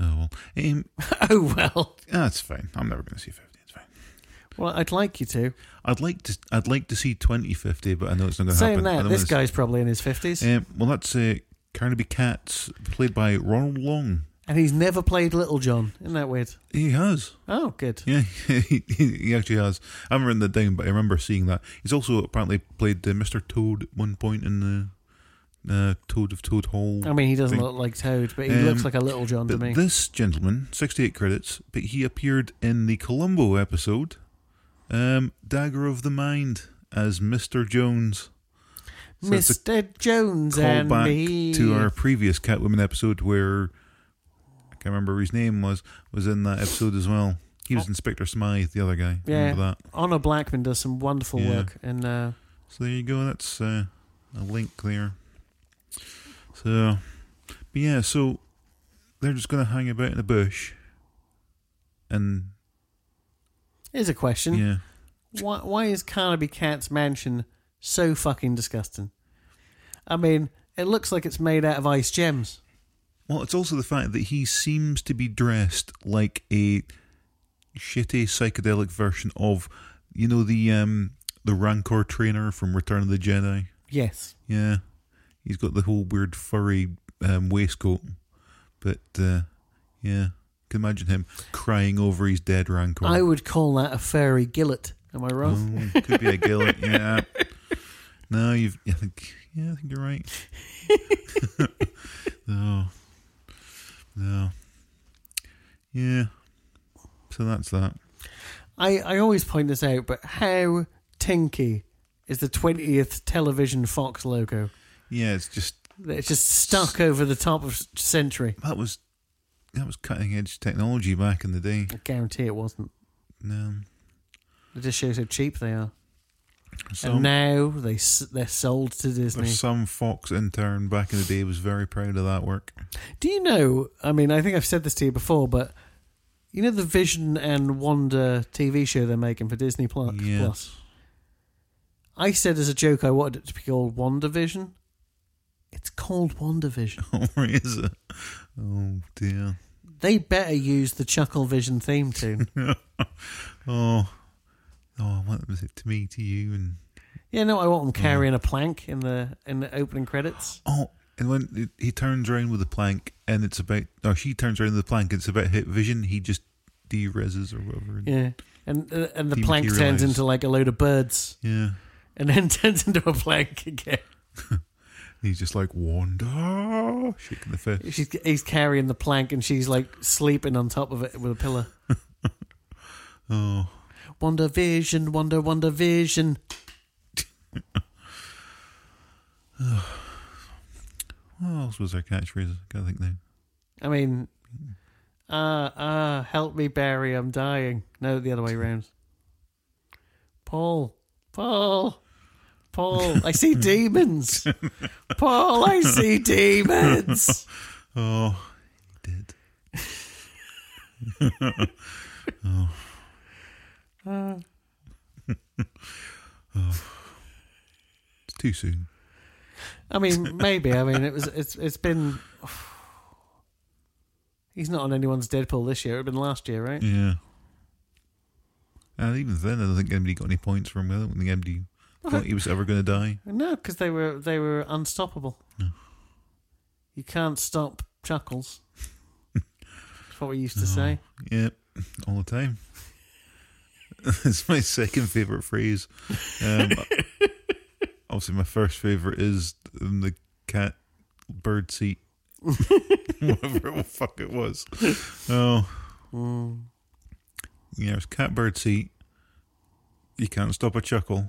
[SPEAKER 3] Oh well, um,
[SPEAKER 4] Oh well.
[SPEAKER 3] that's fine. I'm never going to see fifty. It's fine.
[SPEAKER 4] Well, I'd like you to.
[SPEAKER 3] I'd like to. I'd like to see twenty fifty, but I know it's not going to happen.
[SPEAKER 4] Saying
[SPEAKER 3] I
[SPEAKER 4] that,
[SPEAKER 3] don't
[SPEAKER 4] this
[SPEAKER 3] wanna-
[SPEAKER 4] guy's probably in his fifties,
[SPEAKER 3] Um, well, that's uh, Carnaby Cats, played by Ronald Long.
[SPEAKER 4] and he's never played Little John. Isn't that weird?
[SPEAKER 3] He has.
[SPEAKER 4] Oh, good.
[SPEAKER 3] Yeah, he, he actually has. I haven't written that down, but I remember seeing that. He's also apparently played uh, Mr. Toad at one point in the uh, Toad of Toad Hall.
[SPEAKER 4] I mean, he doesn't
[SPEAKER 3] thing.
[SPEAKER 4] look like Toad, but he
[SPEAKER 3] Um,
[SPEAKER 4] looks like a Little John to
[SPEAKER 3] But
[SPEAKER 4] me.
[SPEAKER 3] this gentleman, 68 credits, but he appeared in the Columbo episode, um, Dagger of the Mind, as Mr. Jones. So it's a
[SPEAKER 4] Mr. Jones and me.
[SPEAKER 3] callback to our previous Catwoman episode where I can't remember who his name was was in that episode as well. He was Inspector Smythe, the other guy.
[SPEAKER 4] yeah,
[SPEAKER 3] Remember that?
[SPEAKER 4] Honor Blackman does some wonderful
[SPEAKER 3] Yeah.
[SPEAKER 4] work, and uh,
[SPEAKER 3] So there you go. That's uh, a link there. So, but yeah, so they're just going to hang about in the bush, and
[SPEAKER 4] here's a question:
[SPEAKER 3] yeah,
[SPEAKER 4] why, why is Carnaby Cat's mansion so fucking disgusting? I mean, it looks like it's made out of ice gems.
[SPEAKER 3] well, it's also the fact that he seems to be dressed like a shitty psychedelic version of, you know, the um the Rancor trainer from Return of the Jedi.
[SPEAKER 4] Yes,
[SPEAKER 3] Yeah, he's got the whole weird furry um, waistcoat, but uh, yeah, can imagine him crying over his dead rancor.
[SPEAKER 4] I would call that a fairy gillet. Am I wrong?
[SPEAKER 3] Oh, could be a gillet. Yeah. No, you've. I think. Yeah, I think you're right. no. No. Yeah. So that's that.
[SPEAKER 4] I, I always point this out, but how tinky is the twentieth Television Fox logo?
[SPEAKER 3] Yeah, it's just
[SPEAKER 4] It's just stuck over the top of Century.
[SPEAKER 3] that was that was cutting edge technology back in the day.
[SPEAKER 4] I guarantee it wasn't.
[SPEAKER 3] No.
[SPEAKER 4] It just shows how cheap they are.
[SPEAKER 3] So
[SPEAKER 4] and now they s- they're sold to Disney.
[SPEAKER 3] there's some Fox intern back in the day was very proud of that work.
[SPEAKER 4] Do you know? I mean, I think I've said this to you before, but you know the Vision and Wonder TV show they're making for Disney Plus.
[SPEAKER 3] Yes.
[SPEAKER 4] Plus? I said as a joke I wanted it to be called Wonder Vision. It's called Wonder Vision.
[SPEAKER 3] Or is it? Oh dear.
[SPEAKER 4] They better use the Chuckle Vision theme tune.
[SPEAKER 3] Oh. Oh, I want them to say to me, to you, and
[SPEAKER 4] yeah, no, I want them carrying a plank in the in the opening credits.
[SPEAKER 3] Oh, and when he turns around with the plank, and it's about, or she turns around with the plank, it's about hit vision. He just derezes or whatever.
[SPEAKER 4] Yeah, and uh, and the
[SPEAKER 3] Dematerialised.
[SPEAKER 4] plank turns into like a load of birds.
[SPEAKER 3] Yeah.
[SPEAKER 4] and then turns into a plank again.
[SPEAKER 3] He's just like wander, shaking the fist.
[SPEAKER 4] She's, he's carrying the plank and she's like sleeping on top of it with a pillow.
[SPEAKER 3] Oh,
[SPEAKER 4] Wonder vision, wonder, wonder vision.
[SPEAKER 3] what else was our catchphrase? I can't think now.
[SPEAKER 4] I mean, ah, ah, help me, Barry, I'm dying. No, the other way round. Paul, Paul, Paul, I see demons. Paul, I see demons.
[SPEAKER 3] Oh, he did.
[SPEAKER 4] Uh.
[SPEAKER 3] oh. It's too soon.
[SPEAKER 4] I mean, maybe. I mean, it was. It's. It's been. He's not on anyone's Deadpool this year. It'd been last year, right?
[SPEAKER 3] Yeah. And even then, I don't think anybody got any points from him. I don't think anybody thought he was ever going to die.
[SPEAKER 4] No, because they were they were unstoppable. You can't stop chuckles. That's what we used to say.
[SPEAKER 3] Yep, all the time. it's my second favorite phrase. Um, obviously, my first favorite is um, the cat bird seat, whatever the fuck it was. Oh, yeah, it was cat bird seat. You can't stop a chuckle,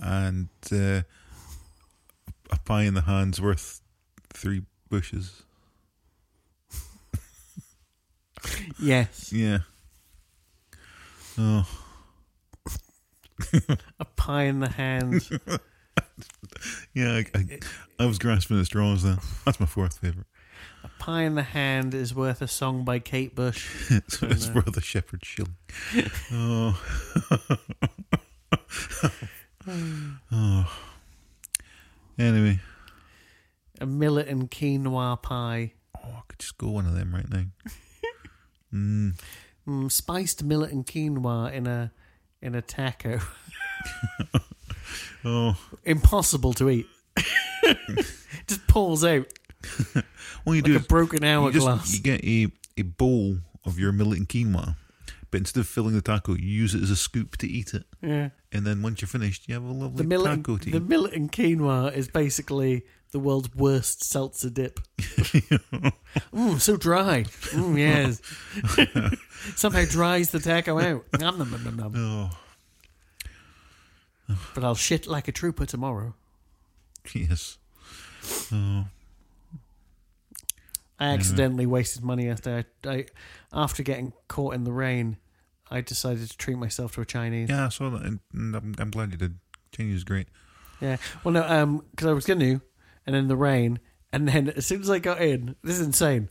[SPEAKER 3] and uh, a pie in the hand's worth three bushes.
[SPEAKER 4] Yes,
[SPEAKER 3] Yeah. Oh.
[SPEAKER 4] a pie in the hand.
[SPEAKER 3] Yeah, I, I, I was grasping at straws then. That's my fourth favorite.
[SPEAKER 4] a pie in the hand is worth a song by Kate Bush.
[SPEAKER 3] It's, it's Brother Shepherd Shilling. Oh. oh. Anyway,
[SPEAKER 4] A millet and quinoa pie,
[SPEAKER 3] oh, I could just go one of them right now.
[SPEAKER 4] mm, spiced millet and quinoa in a in a taco.
[SPEAKER 3] Oh,
[SPEAKER 4] Impossible to eat. Just pulls out
[SPEAKER 3] well, you
[SPEAKER 4] like
[SPEAKER 3] do
[SPEAKER 4] a
[SPEAKER 3] is-
[SPEAKER 4] broken
[SPEAKER 3] you, just-
[SPEAKER 4] hourglass.
[SPEAKER 3] you get a, a bowl of your millet and quinoa, but instead of filling the taco, you use it as a scoop to eat it.
[SPEAKER 4] yeah.
[SPEAKER 3] And then once you're finished, you have a lovely
[SPEAKER 4] the millet, and-
[SPEAKER 3] taco to
[SPEAKER 4] the
[SPEAKER 3] eat.
[SPEAKER 4] millet and quinoa is basically the world's worst seltzer dip. mm, so dry. Mm, yes. Somehow dries the taco out. Nom, nom, nom, nom, nom.
[SPEAKER 3] Oh.
[SPEAKER 4] But I'll shit like a trooper tomorrow.
[SPEAKER 3] Yes. Oh.
[SPEAKER 4] I accidentally wasted money after I, I after getting caught in the rain. I decided to treat myself to a Chinese. Yeah.
[SPEAKER 3] Yeah, I saw that, and, and I'm, I'm glad you did. Chinese is great.
[SPEAKER 4] Well, no, um, because I was going to, and then the rain, and then as soon as I got in, this is insane.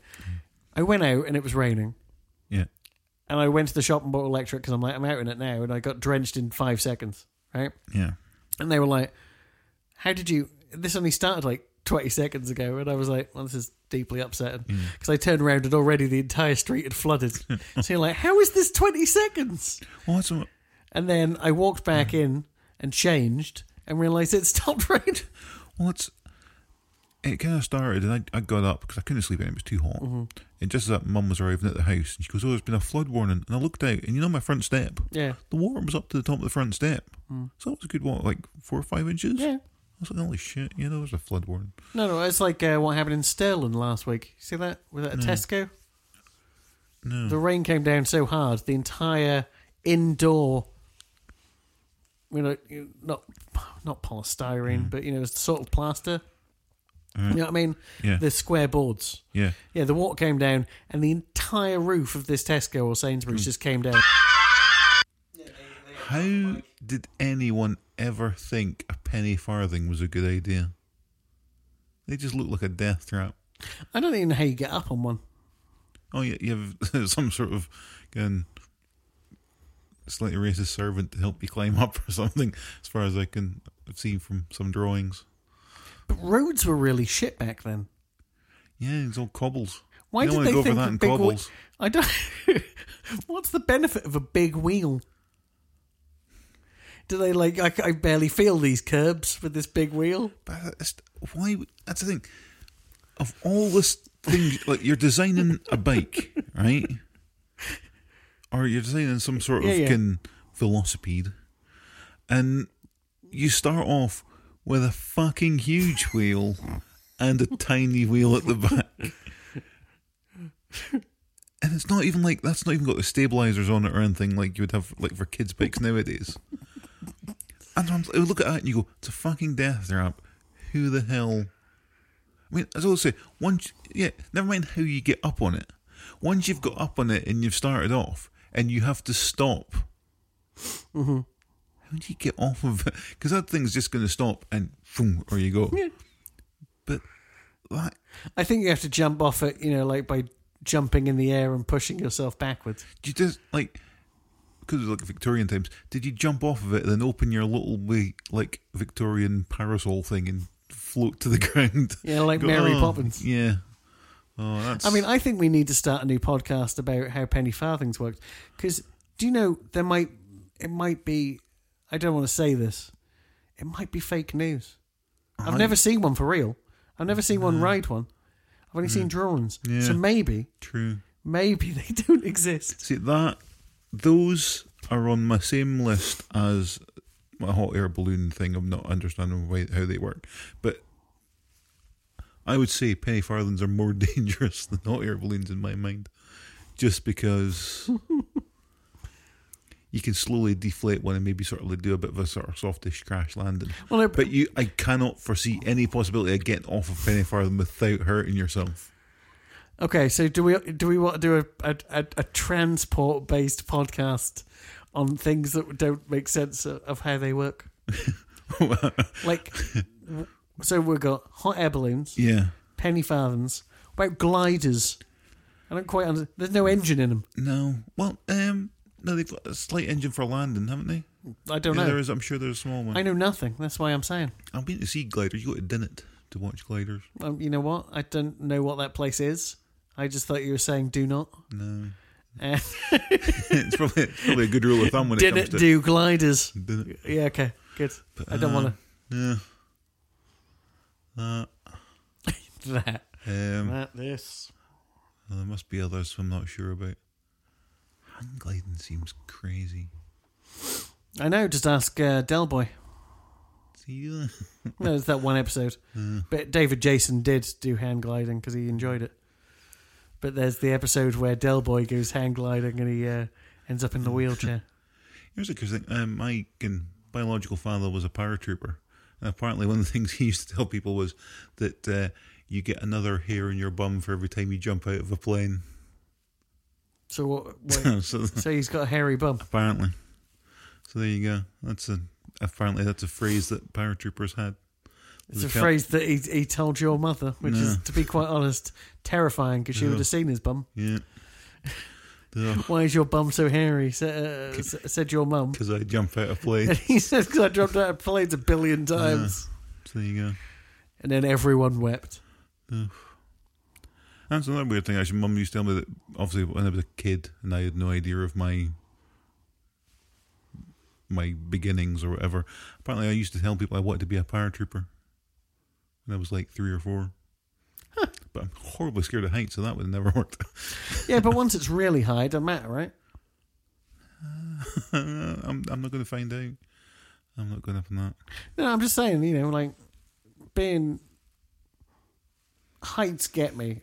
[SPEAKER 4] I went out and it was raining,
[SPEAKER 3] Yeah.
[SPEAKER 4] and I went to the shop and bought electric because I'm like I'm out in it now, and I got drenched in five seconds, right?
[SPEAKER 3] Yeah.
[SPEAKER 4] And they were like, "How did you? This only started like 20 seconds ago." And I was like, "Well, this is deeply upsetting," because I turned around and already the entire street had flooded. so you're like, "How is this 20 seconds?"
[SPEAKER 3] Well, that's a,
[SPEAKER 4] And then I walked back in and changed and realized it stopped raining.
[SPEAKER 3] well, it's it kind of started, and I, I got up because I couldn't sleep and it was too hot.
[SPEAKER 4] Mm-hmm.
[SPEAKER 3] And just as that mum was arriving at the house, and she goes, "Oh, there's been a flood warning," and I looked out, and you know my front step,
[SPEAKER 4] Yeah. Mm.
[SPEAKER 3] the water was up to the top of the front step, so it was a good what, like four or five inches.
[SPEAKER 4] Yeah.
[SPEAKER 3] I was like, "Holy shit!" Yeah, there was a flood warning.
[SPEAKER 4] No, no, it's like uh, what happened in Stirling last week. See that? Was that a Tesco?
[SPEAKER 3] Hmm. No.
[SPEAKER 4] The rain came down so hard, the entire indoor, you know, you- not not
[SPEAKER 3] Hmm.
[SPEAKER 4] polystyrene, but you know, it was sort of plaster. You know what I mean?
[SPEAKER 3] Yeah.
[SPEAKER 4] The square boards.
[SPEAKER 3] Yeah.
[SPEAKER 4] Yeah, the water came down, and the entire roof of this Tesco or Sainsbury's
[SPEAKER 3] Hmm.
[SPEAKER 4] just came down.
[SPEAKER 3] How did anyone ever think a penny farthing was a good idea? They just look like a death trap.
[SPEAKER 4] I don't even know how you get up on one.
[SPEAKER 3] Oh, yeah, you have some sort of um, slightly racist servant to help you climb up or something, as far as I can see from some drawings.
[SPEAKER 4] But roads were really shit back then.
[SPEAKER 3] Yeah, it's all cobbles.
[SPEAKER 4] Why
[SPEAKER 3] you
[SPEAKER 4] did
[SPEAKER 3] don't
[SPEAKER 4] they
[SPEAKER 3] wanna go
[SPEAKER 4] think
[SPEAKER 3] for
[SPEAKER 4] that
[SPEAKER 3] that in
[SPEAKER 4] big whe-
[SPEAKER 3] cobbles?
[SPEAKER 4] I don't. What's the benefit of a big wheel? Do they like? I, I barely feel these curbs with this big wheel.
[SPEAKER 3] But that's, why? would- That's the thing. Of all this things, like you're designing a bike, right? Or you're designing some sort
[SPEAKER 4] Yeah,
[SPEAKER 3] of
[SPEAKER 4] yeah.
[SPEAKER 3] kin velocipede, and you start off with a fucking huge wheel and a tiny wheel at the back. And it's not even like that's not even got the stabilizers on it or anything like you would have like for kids' bikes nowadays. And I'm, I look at that and you go, it's a fucking death trap. Who the hell? I mean, as I always say, once yeah, never mind how you get up on it. Once you've got up on it and you've started off, and you have to stop. How do you get off of it? Because that thing's just going to stop and boom, or you go.
[SPEAKER 4] Yeah.
[SPEAKER 3] But that
[SPEAKER 4] I think you have to jump off it. You know, like by jumping in the air and pushing yourself backwards.
[SPEAKER 3] do you just like because it was like Victorian times. Did you jump off of it and then open your little wee, like Victorian parasol thing and float to the ground?
[SPEAKER 4] Yeah, like Mary
[SPEAKER 3] "Oh,
[SPEAKER 4] Poppins." Um,
[SPEAKER 3] Yeah. Oh, that's.
[SPEAKER 4] I mean, I think we need to start a new podcast about how penny farthings worked. Because do you know there might it might be I don't want to say this. It might be fake news. I've never seen one for real. I've never seen one ride one. I've only seen drawings.
[SPEAKER 3] Yeah.
[SPEAKER 4] So maybe,
[SPEAKER 3] true.
[SPEAKER 4] maybe they don't exist.
[SPEAKER 3] See that those are on my same list as my hot air balloon thing. I'm not understanding why, how they work, but I would say penny farthings are more dangerous than hot air balloons in my mind, just because you can slowly deflate one and maybe sort of do a bit of a sort of softish crash landing.
[SPEAKER 4] Well, I-
[SPEAKER 3] but you, I cannot foresee any possibility of getting off of penny farthing without hurting yourself.
[SPEAKER 4] Okay, so do we do we want to do a a, a, a transport based podcast on things that don't make sense of of how they work? like, w- so we've got hot air balloons.
[SPEAKER 3] Yeah.
[SPEAKER 4] penny farthings. What about gliders? I don't quite understand. There's no engine in them.
[SPEAKER 3] No. Well, um, no, they've got a slight engine for landing, haven't they?
[SPEAKER 4] I don't
[SPEAKER 3] Yeah,
[SPEAKER 4] know.
[SPEAKER 3] there is. I'm sure there's a small one.
[SPEAKER 4] I know nothing. That's why I'm saying.
[SPEAKER 3] I've been to see gliders. You go to Dinnet to watch gliders.
[SPEAKER 4] Um, you know what? I don't know what that place is. I just thought you were saying do not.
[SPEAKER 3] No,
[SPEAKER 4] Uh,
[SPEAKER 3] it's probably, it's probably a good rule of thumb when it Uh,
[SPEAKER 4] did
[SPEAKER 3] comes
[SPEAKER 4] it
[SPEAKER 3] to
[SPEAKER 4] do gliders?
[SPEAKER 3] Dinnet.
[SPEAKER 4] Yeah, okay, good. I don't want
[SPEAKER 3] Yeah.
[SPEAKER 4] to that.
[SPEAKER 3] Um,
[SPEAKER 4] That this.
[SPEAKER 3] well, there must be others I'm not sure about. Hang gliding seems crazy.
[SPEAKER 4] I know. Just ask uh, Del Boy.
[SPEAKER 3] See, uh,
[SPEAKER 4] No, it's that one episode.
[SPEAKER 3] Hmm.
[SPEAKER 4] But David Jason did do hand gliding because he enjoyed it. But there's the episode where Del Boy
[SPEAKER 3] Hmm.
[SPEAKER 4] goes hand gliding and he uh, ends up in the wheelchair.
[SPEAKER 3] here's a good thing. Um, I can biological father was a paratrooper. And apparently, one of the things he used to tell people was that uh, you get another hair in your bum for every time you jump out of a plane.
[SPEAKER 4] So what? what
[SPEAKER 3] so
[SPEAKER 4] so he's got a hairy bum.
[SPEAKER 3] apparently, so there you go. That's a apparently that's a phrase that paratroopers had.
[SPEAKER 4] It's
[SPEAKER 3] The
[SPEAKER 4] a
[SPEAKER 3] cal-
[SPEAKER 4] phrase that he, he told your mother, which is, to be quite honest, terrifying because she would have seen his bum.
[SPEAKER 3] Yeah. Because
[SPEAKER 4] Why is your bum so hairy? Sa- uh, s- said your mum.
[SPEAKER 3] I jump out of plane.
[SPEAKER 4] And he says, because I dropped out of planes a billion times.
[SPEAKER 3] So there you go.
[SPEAKER 4] And then everyone wept.
[SPEAKER 3] That's another weird thing. Actually, Mum used to tell me that obviously when I was a kid and I had no idea of my my beginnings or whatever. Apparently, I used to tell people I wanted to be a paratrooper when I was like three or four. but I'm horribly scared of heights, so that would have never worked.
[SPEAKER 4] Yeah, but once it's really high, it doesn't matter, right?
[SPEAKER 3] I'm I'm not going to find out. I'm not going up on that.
[SPEAKER 4] No, I'm just saying, you know, like being heights get me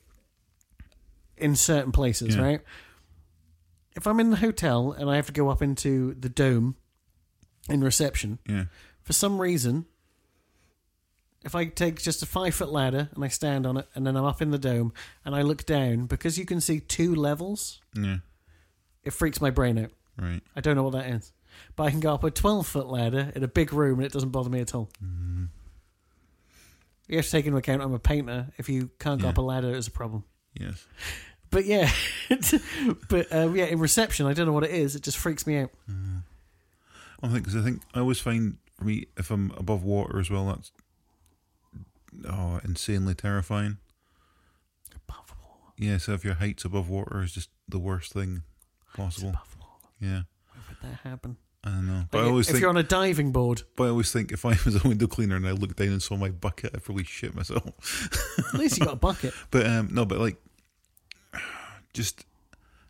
[SPEAKER 4] in certain places,
[SPEAKER 3] Yeah.
[SPEAKER 4] right? If I'm in the hotel and I have to go up into the dome in reception,
[SPEAKER 3] Yeah,
[SPEAKER 4] for some reason, if I take just a five foot ladder and I stand on it and then I'm up in the dome and I look down, because you can see two levels,
[SPEAKER 3] yeah,
[SPEAKER 4] it freaks my brain out.
[SPEAKER 3] right.
[SPEAKER 4] I don't know what that is. But I can go up a 12 foot ladder in a big room and it doesn't bother me at all.
[SPEAKER 3] Mm.
[SPEAKER 4] You have to take into account I'm a painter. If you can't go
[SPEAKER 3] Yeah.
[SPEAKER 4] up a ladder, it's a problem.
[SPEAKER 3] Yes.
[SPEAKER 4] But yeah, but um, yeah, in reception, I don't know what it is. It just freaks me out.
[SPEAKER 3] I think because I think I always find for me if I'm above water as well, that's oh insanely terrifying.
[SPEAKER 4] Above water,
[SPEAKER 3] Yeah, so if your height's above water is just the worst thing possible.
[SPEAKER 4] above water.
[SPEAKER 3] Yeah,
[SPEAKER 4] Where would that happen?
[SPEAKER 3] I don't know. But I
[SPEAKER 4] Like,
[SPEAKER 3] always
[SPEAKER 4] if
[SPEAKER 3] think,
[SPEAKER 4] you're on a diving board,
[SPEAKER 3] but I always think if I was a window cleaner and I looked down and saw my bucket, I'd probably shit myself.
[SPEAKER 4] at least you got a bucket.
[SPEAKER 3] But um, no, but like, just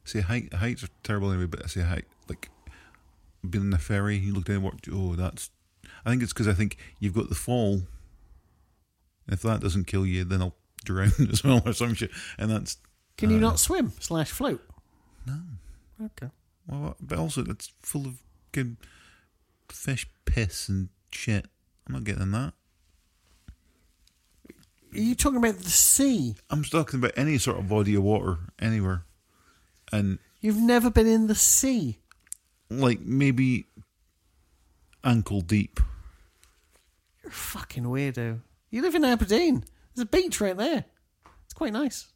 [SPEAKER 3] see height. Heights are terrible anyway. But I say height, like being on a ferry, you look down. What? Oh, that's. I think it's because I think you've got the fall. If that doesn't kill you, then I'll drown as well or some shit. And that's
[SPEAKER 4] Can you not swim slash float? No. Okay.
[SPEAKER 3] well, but also that's full of good fish piss and shit. I'm not getting that.
[SPEAKER 4] Are you talking about the sea?
[SPEAKER 3] I'm just talking about any sort of body of water anywhere, and
[SPEAKER 4] You've never been in the sea.
[SPEAKER 3] like maybe ankle deep.
[SPEAKER 4] You're a fucking weirdo. You live in Aberdeen. There's a beach right there. It's quite nice.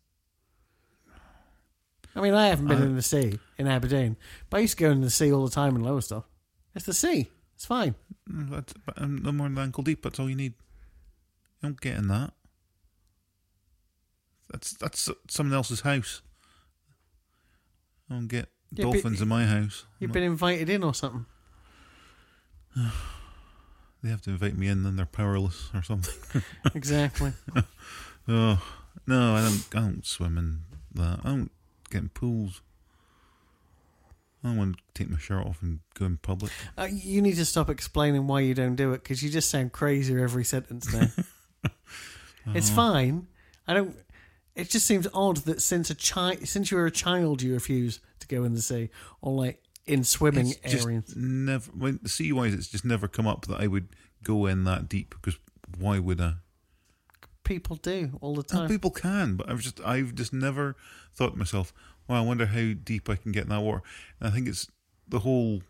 [SPEAKER 4] I mean, I haven't been in the sea in Aberdeen, but I used to go in the sea all the time in Lowestoft. It's the sea. It's fine.
[SPEAKER 3] Mm, That's but um, no more than ankle deep. That's all you need. You don't get in that. That's that's someone else's house. I don't get
[SPEAKER 4] Yeah, but-
[SPEAKER 3] dolphins in my house.
[SPEAKER 4] You've been invited in or something.
[SPEAKER 3] They have to invite me in, then they're powerless or something.
[SPEAKER 4] Exactly.
[SPEAKER 3] oh no, I don't. I don't swim in that. I don't get in pools. I don't want to take my shirt off and go in public.
[SPEAKER 4] uh, you need to stop explaining why you don't do it because you just sound crazier every sentence now. It's
[SPEAKER 3] Oh.
[SPEAKER 4] fine. I don't. It just seems odd that since a child, since you were a child, you refuse to go in the sea or like in swimming
[SPEAKER 3] It's just
[SPEAKER 4] areas.
[SPEAKER 3] never. When sea wise, it's just never come up that I would go in that deep because why would I?
[SPEAKER 4] people do all the
[SPEAKER 3] No,
[SPEAKER 4] time.
[SPEAKER 3] people can, but I've just I've just never thought to myself, well, I wonder how deep I can get in that water. And I think it's the whole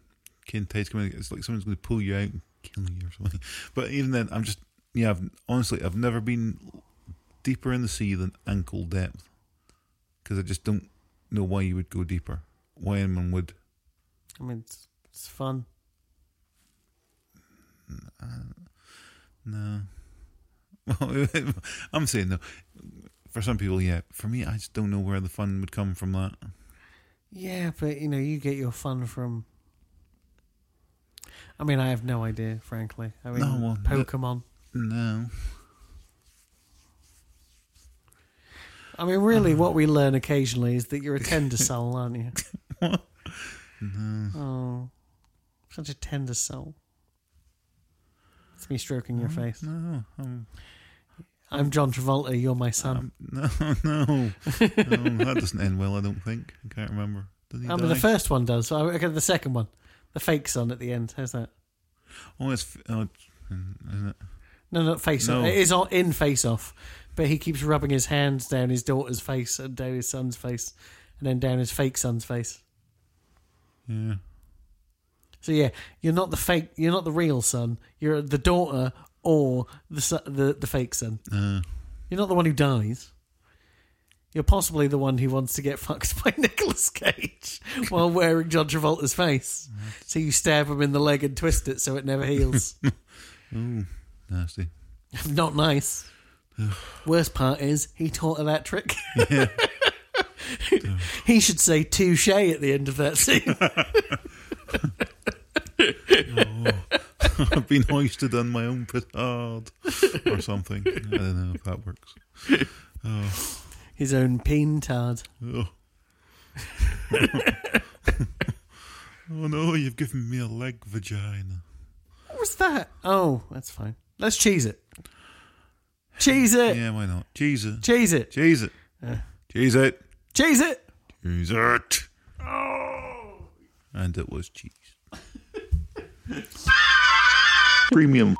[SPEAKER 3] kin tides coming. It's like someone's going to pull you out and kill you or something. But even then, I'm just yeah. I've, honestly, I've never been deeper in the sea than ankle depth because I just don't know why you would go deeper. Why anyone would?
[SPEAKER 4] I mean, it's, it's fun.
[SPEAKER 3] No. Well, I'm saying no. For some people, yeah. For me, I just don't know where the fun would come from that.
[SPEAKER 4] Yeah, but you know, you get your fun from. I mean, I have no idea, frankly. I mean,
[SPEAKER 3] No, well, the-
[SPEAKER 4] Pokemon.
[SPEAKER 3] No.
[SPEAKER 4] I mean,
[SPEAKER 3] Uh-huh.
[SPEAKER 4] really, what we learn occasionally is that you're a tender soul, aren't you?
[SPEAKER 3] Mm-hmm.
[SPEAKER 4] Oh, such a tender soul. It's me stroking your face.
[SPEAKER 3] Oh, No. I'm
[SPEAKER 4] I'm John Travolta. You're my son.
[SPEAKER 3] No, no, no, that doesn't end well. I don't think. I can't remember. Does he
[SPEAKER 4] I mean,
[SPEAKER 3] die?
[SPEAKER 4] the first one does. So I okay, the second one, the fake son at the end. How's that?
[SPEAKER 3] Oh, it's f- oh, isn't it?
[SPEAKER 4] No, not face
[SPEAKER 3] No.
[SPEAKER 4] off. It is all in face off, but he keeps rubbing his hands down his daughter's face and down his son's face, and then down his fake son's face.
[SPEAKER 3] yeah.
[SPEAKER 4] So yeah, you're not the fake. You're not the real son. You're the daughter or the son, the the fake son.
[SPEAKER 3] Uh,
[SPEAKER 4] You're not the one who dies. You're possibly the one who wants to get fucked by Nicolas Cage while wearing John Travolta's face. So you stab him in the leg and twist it so it never heals.
[SPEAKER 3] nasty.
[SPEAKER 4] Not nice. Worst part is he taught her that trick. he should say touche at the end of that scene.
[SPEAKER 3] I've been hoisted on my own petard or something. I don't know if that works.
[SPEAKER 4] His own peen tard.
[SPEAKER 3] Oh. oh no, you've given me a leg vagina.
[SPEAKER 4] What was that? Oh, that's fine. Let's cheese it. Cheese it.
[SPEAKER 3] Yeah, why not? Cheese it.
[SPEAKER 4] Cheese it.
[SPEAKER 3] Cheese it. Cheese it.
[SPEAKER 4] Cheese it.
[SPEAKER 3] Cheese it. And it was cheese. Premium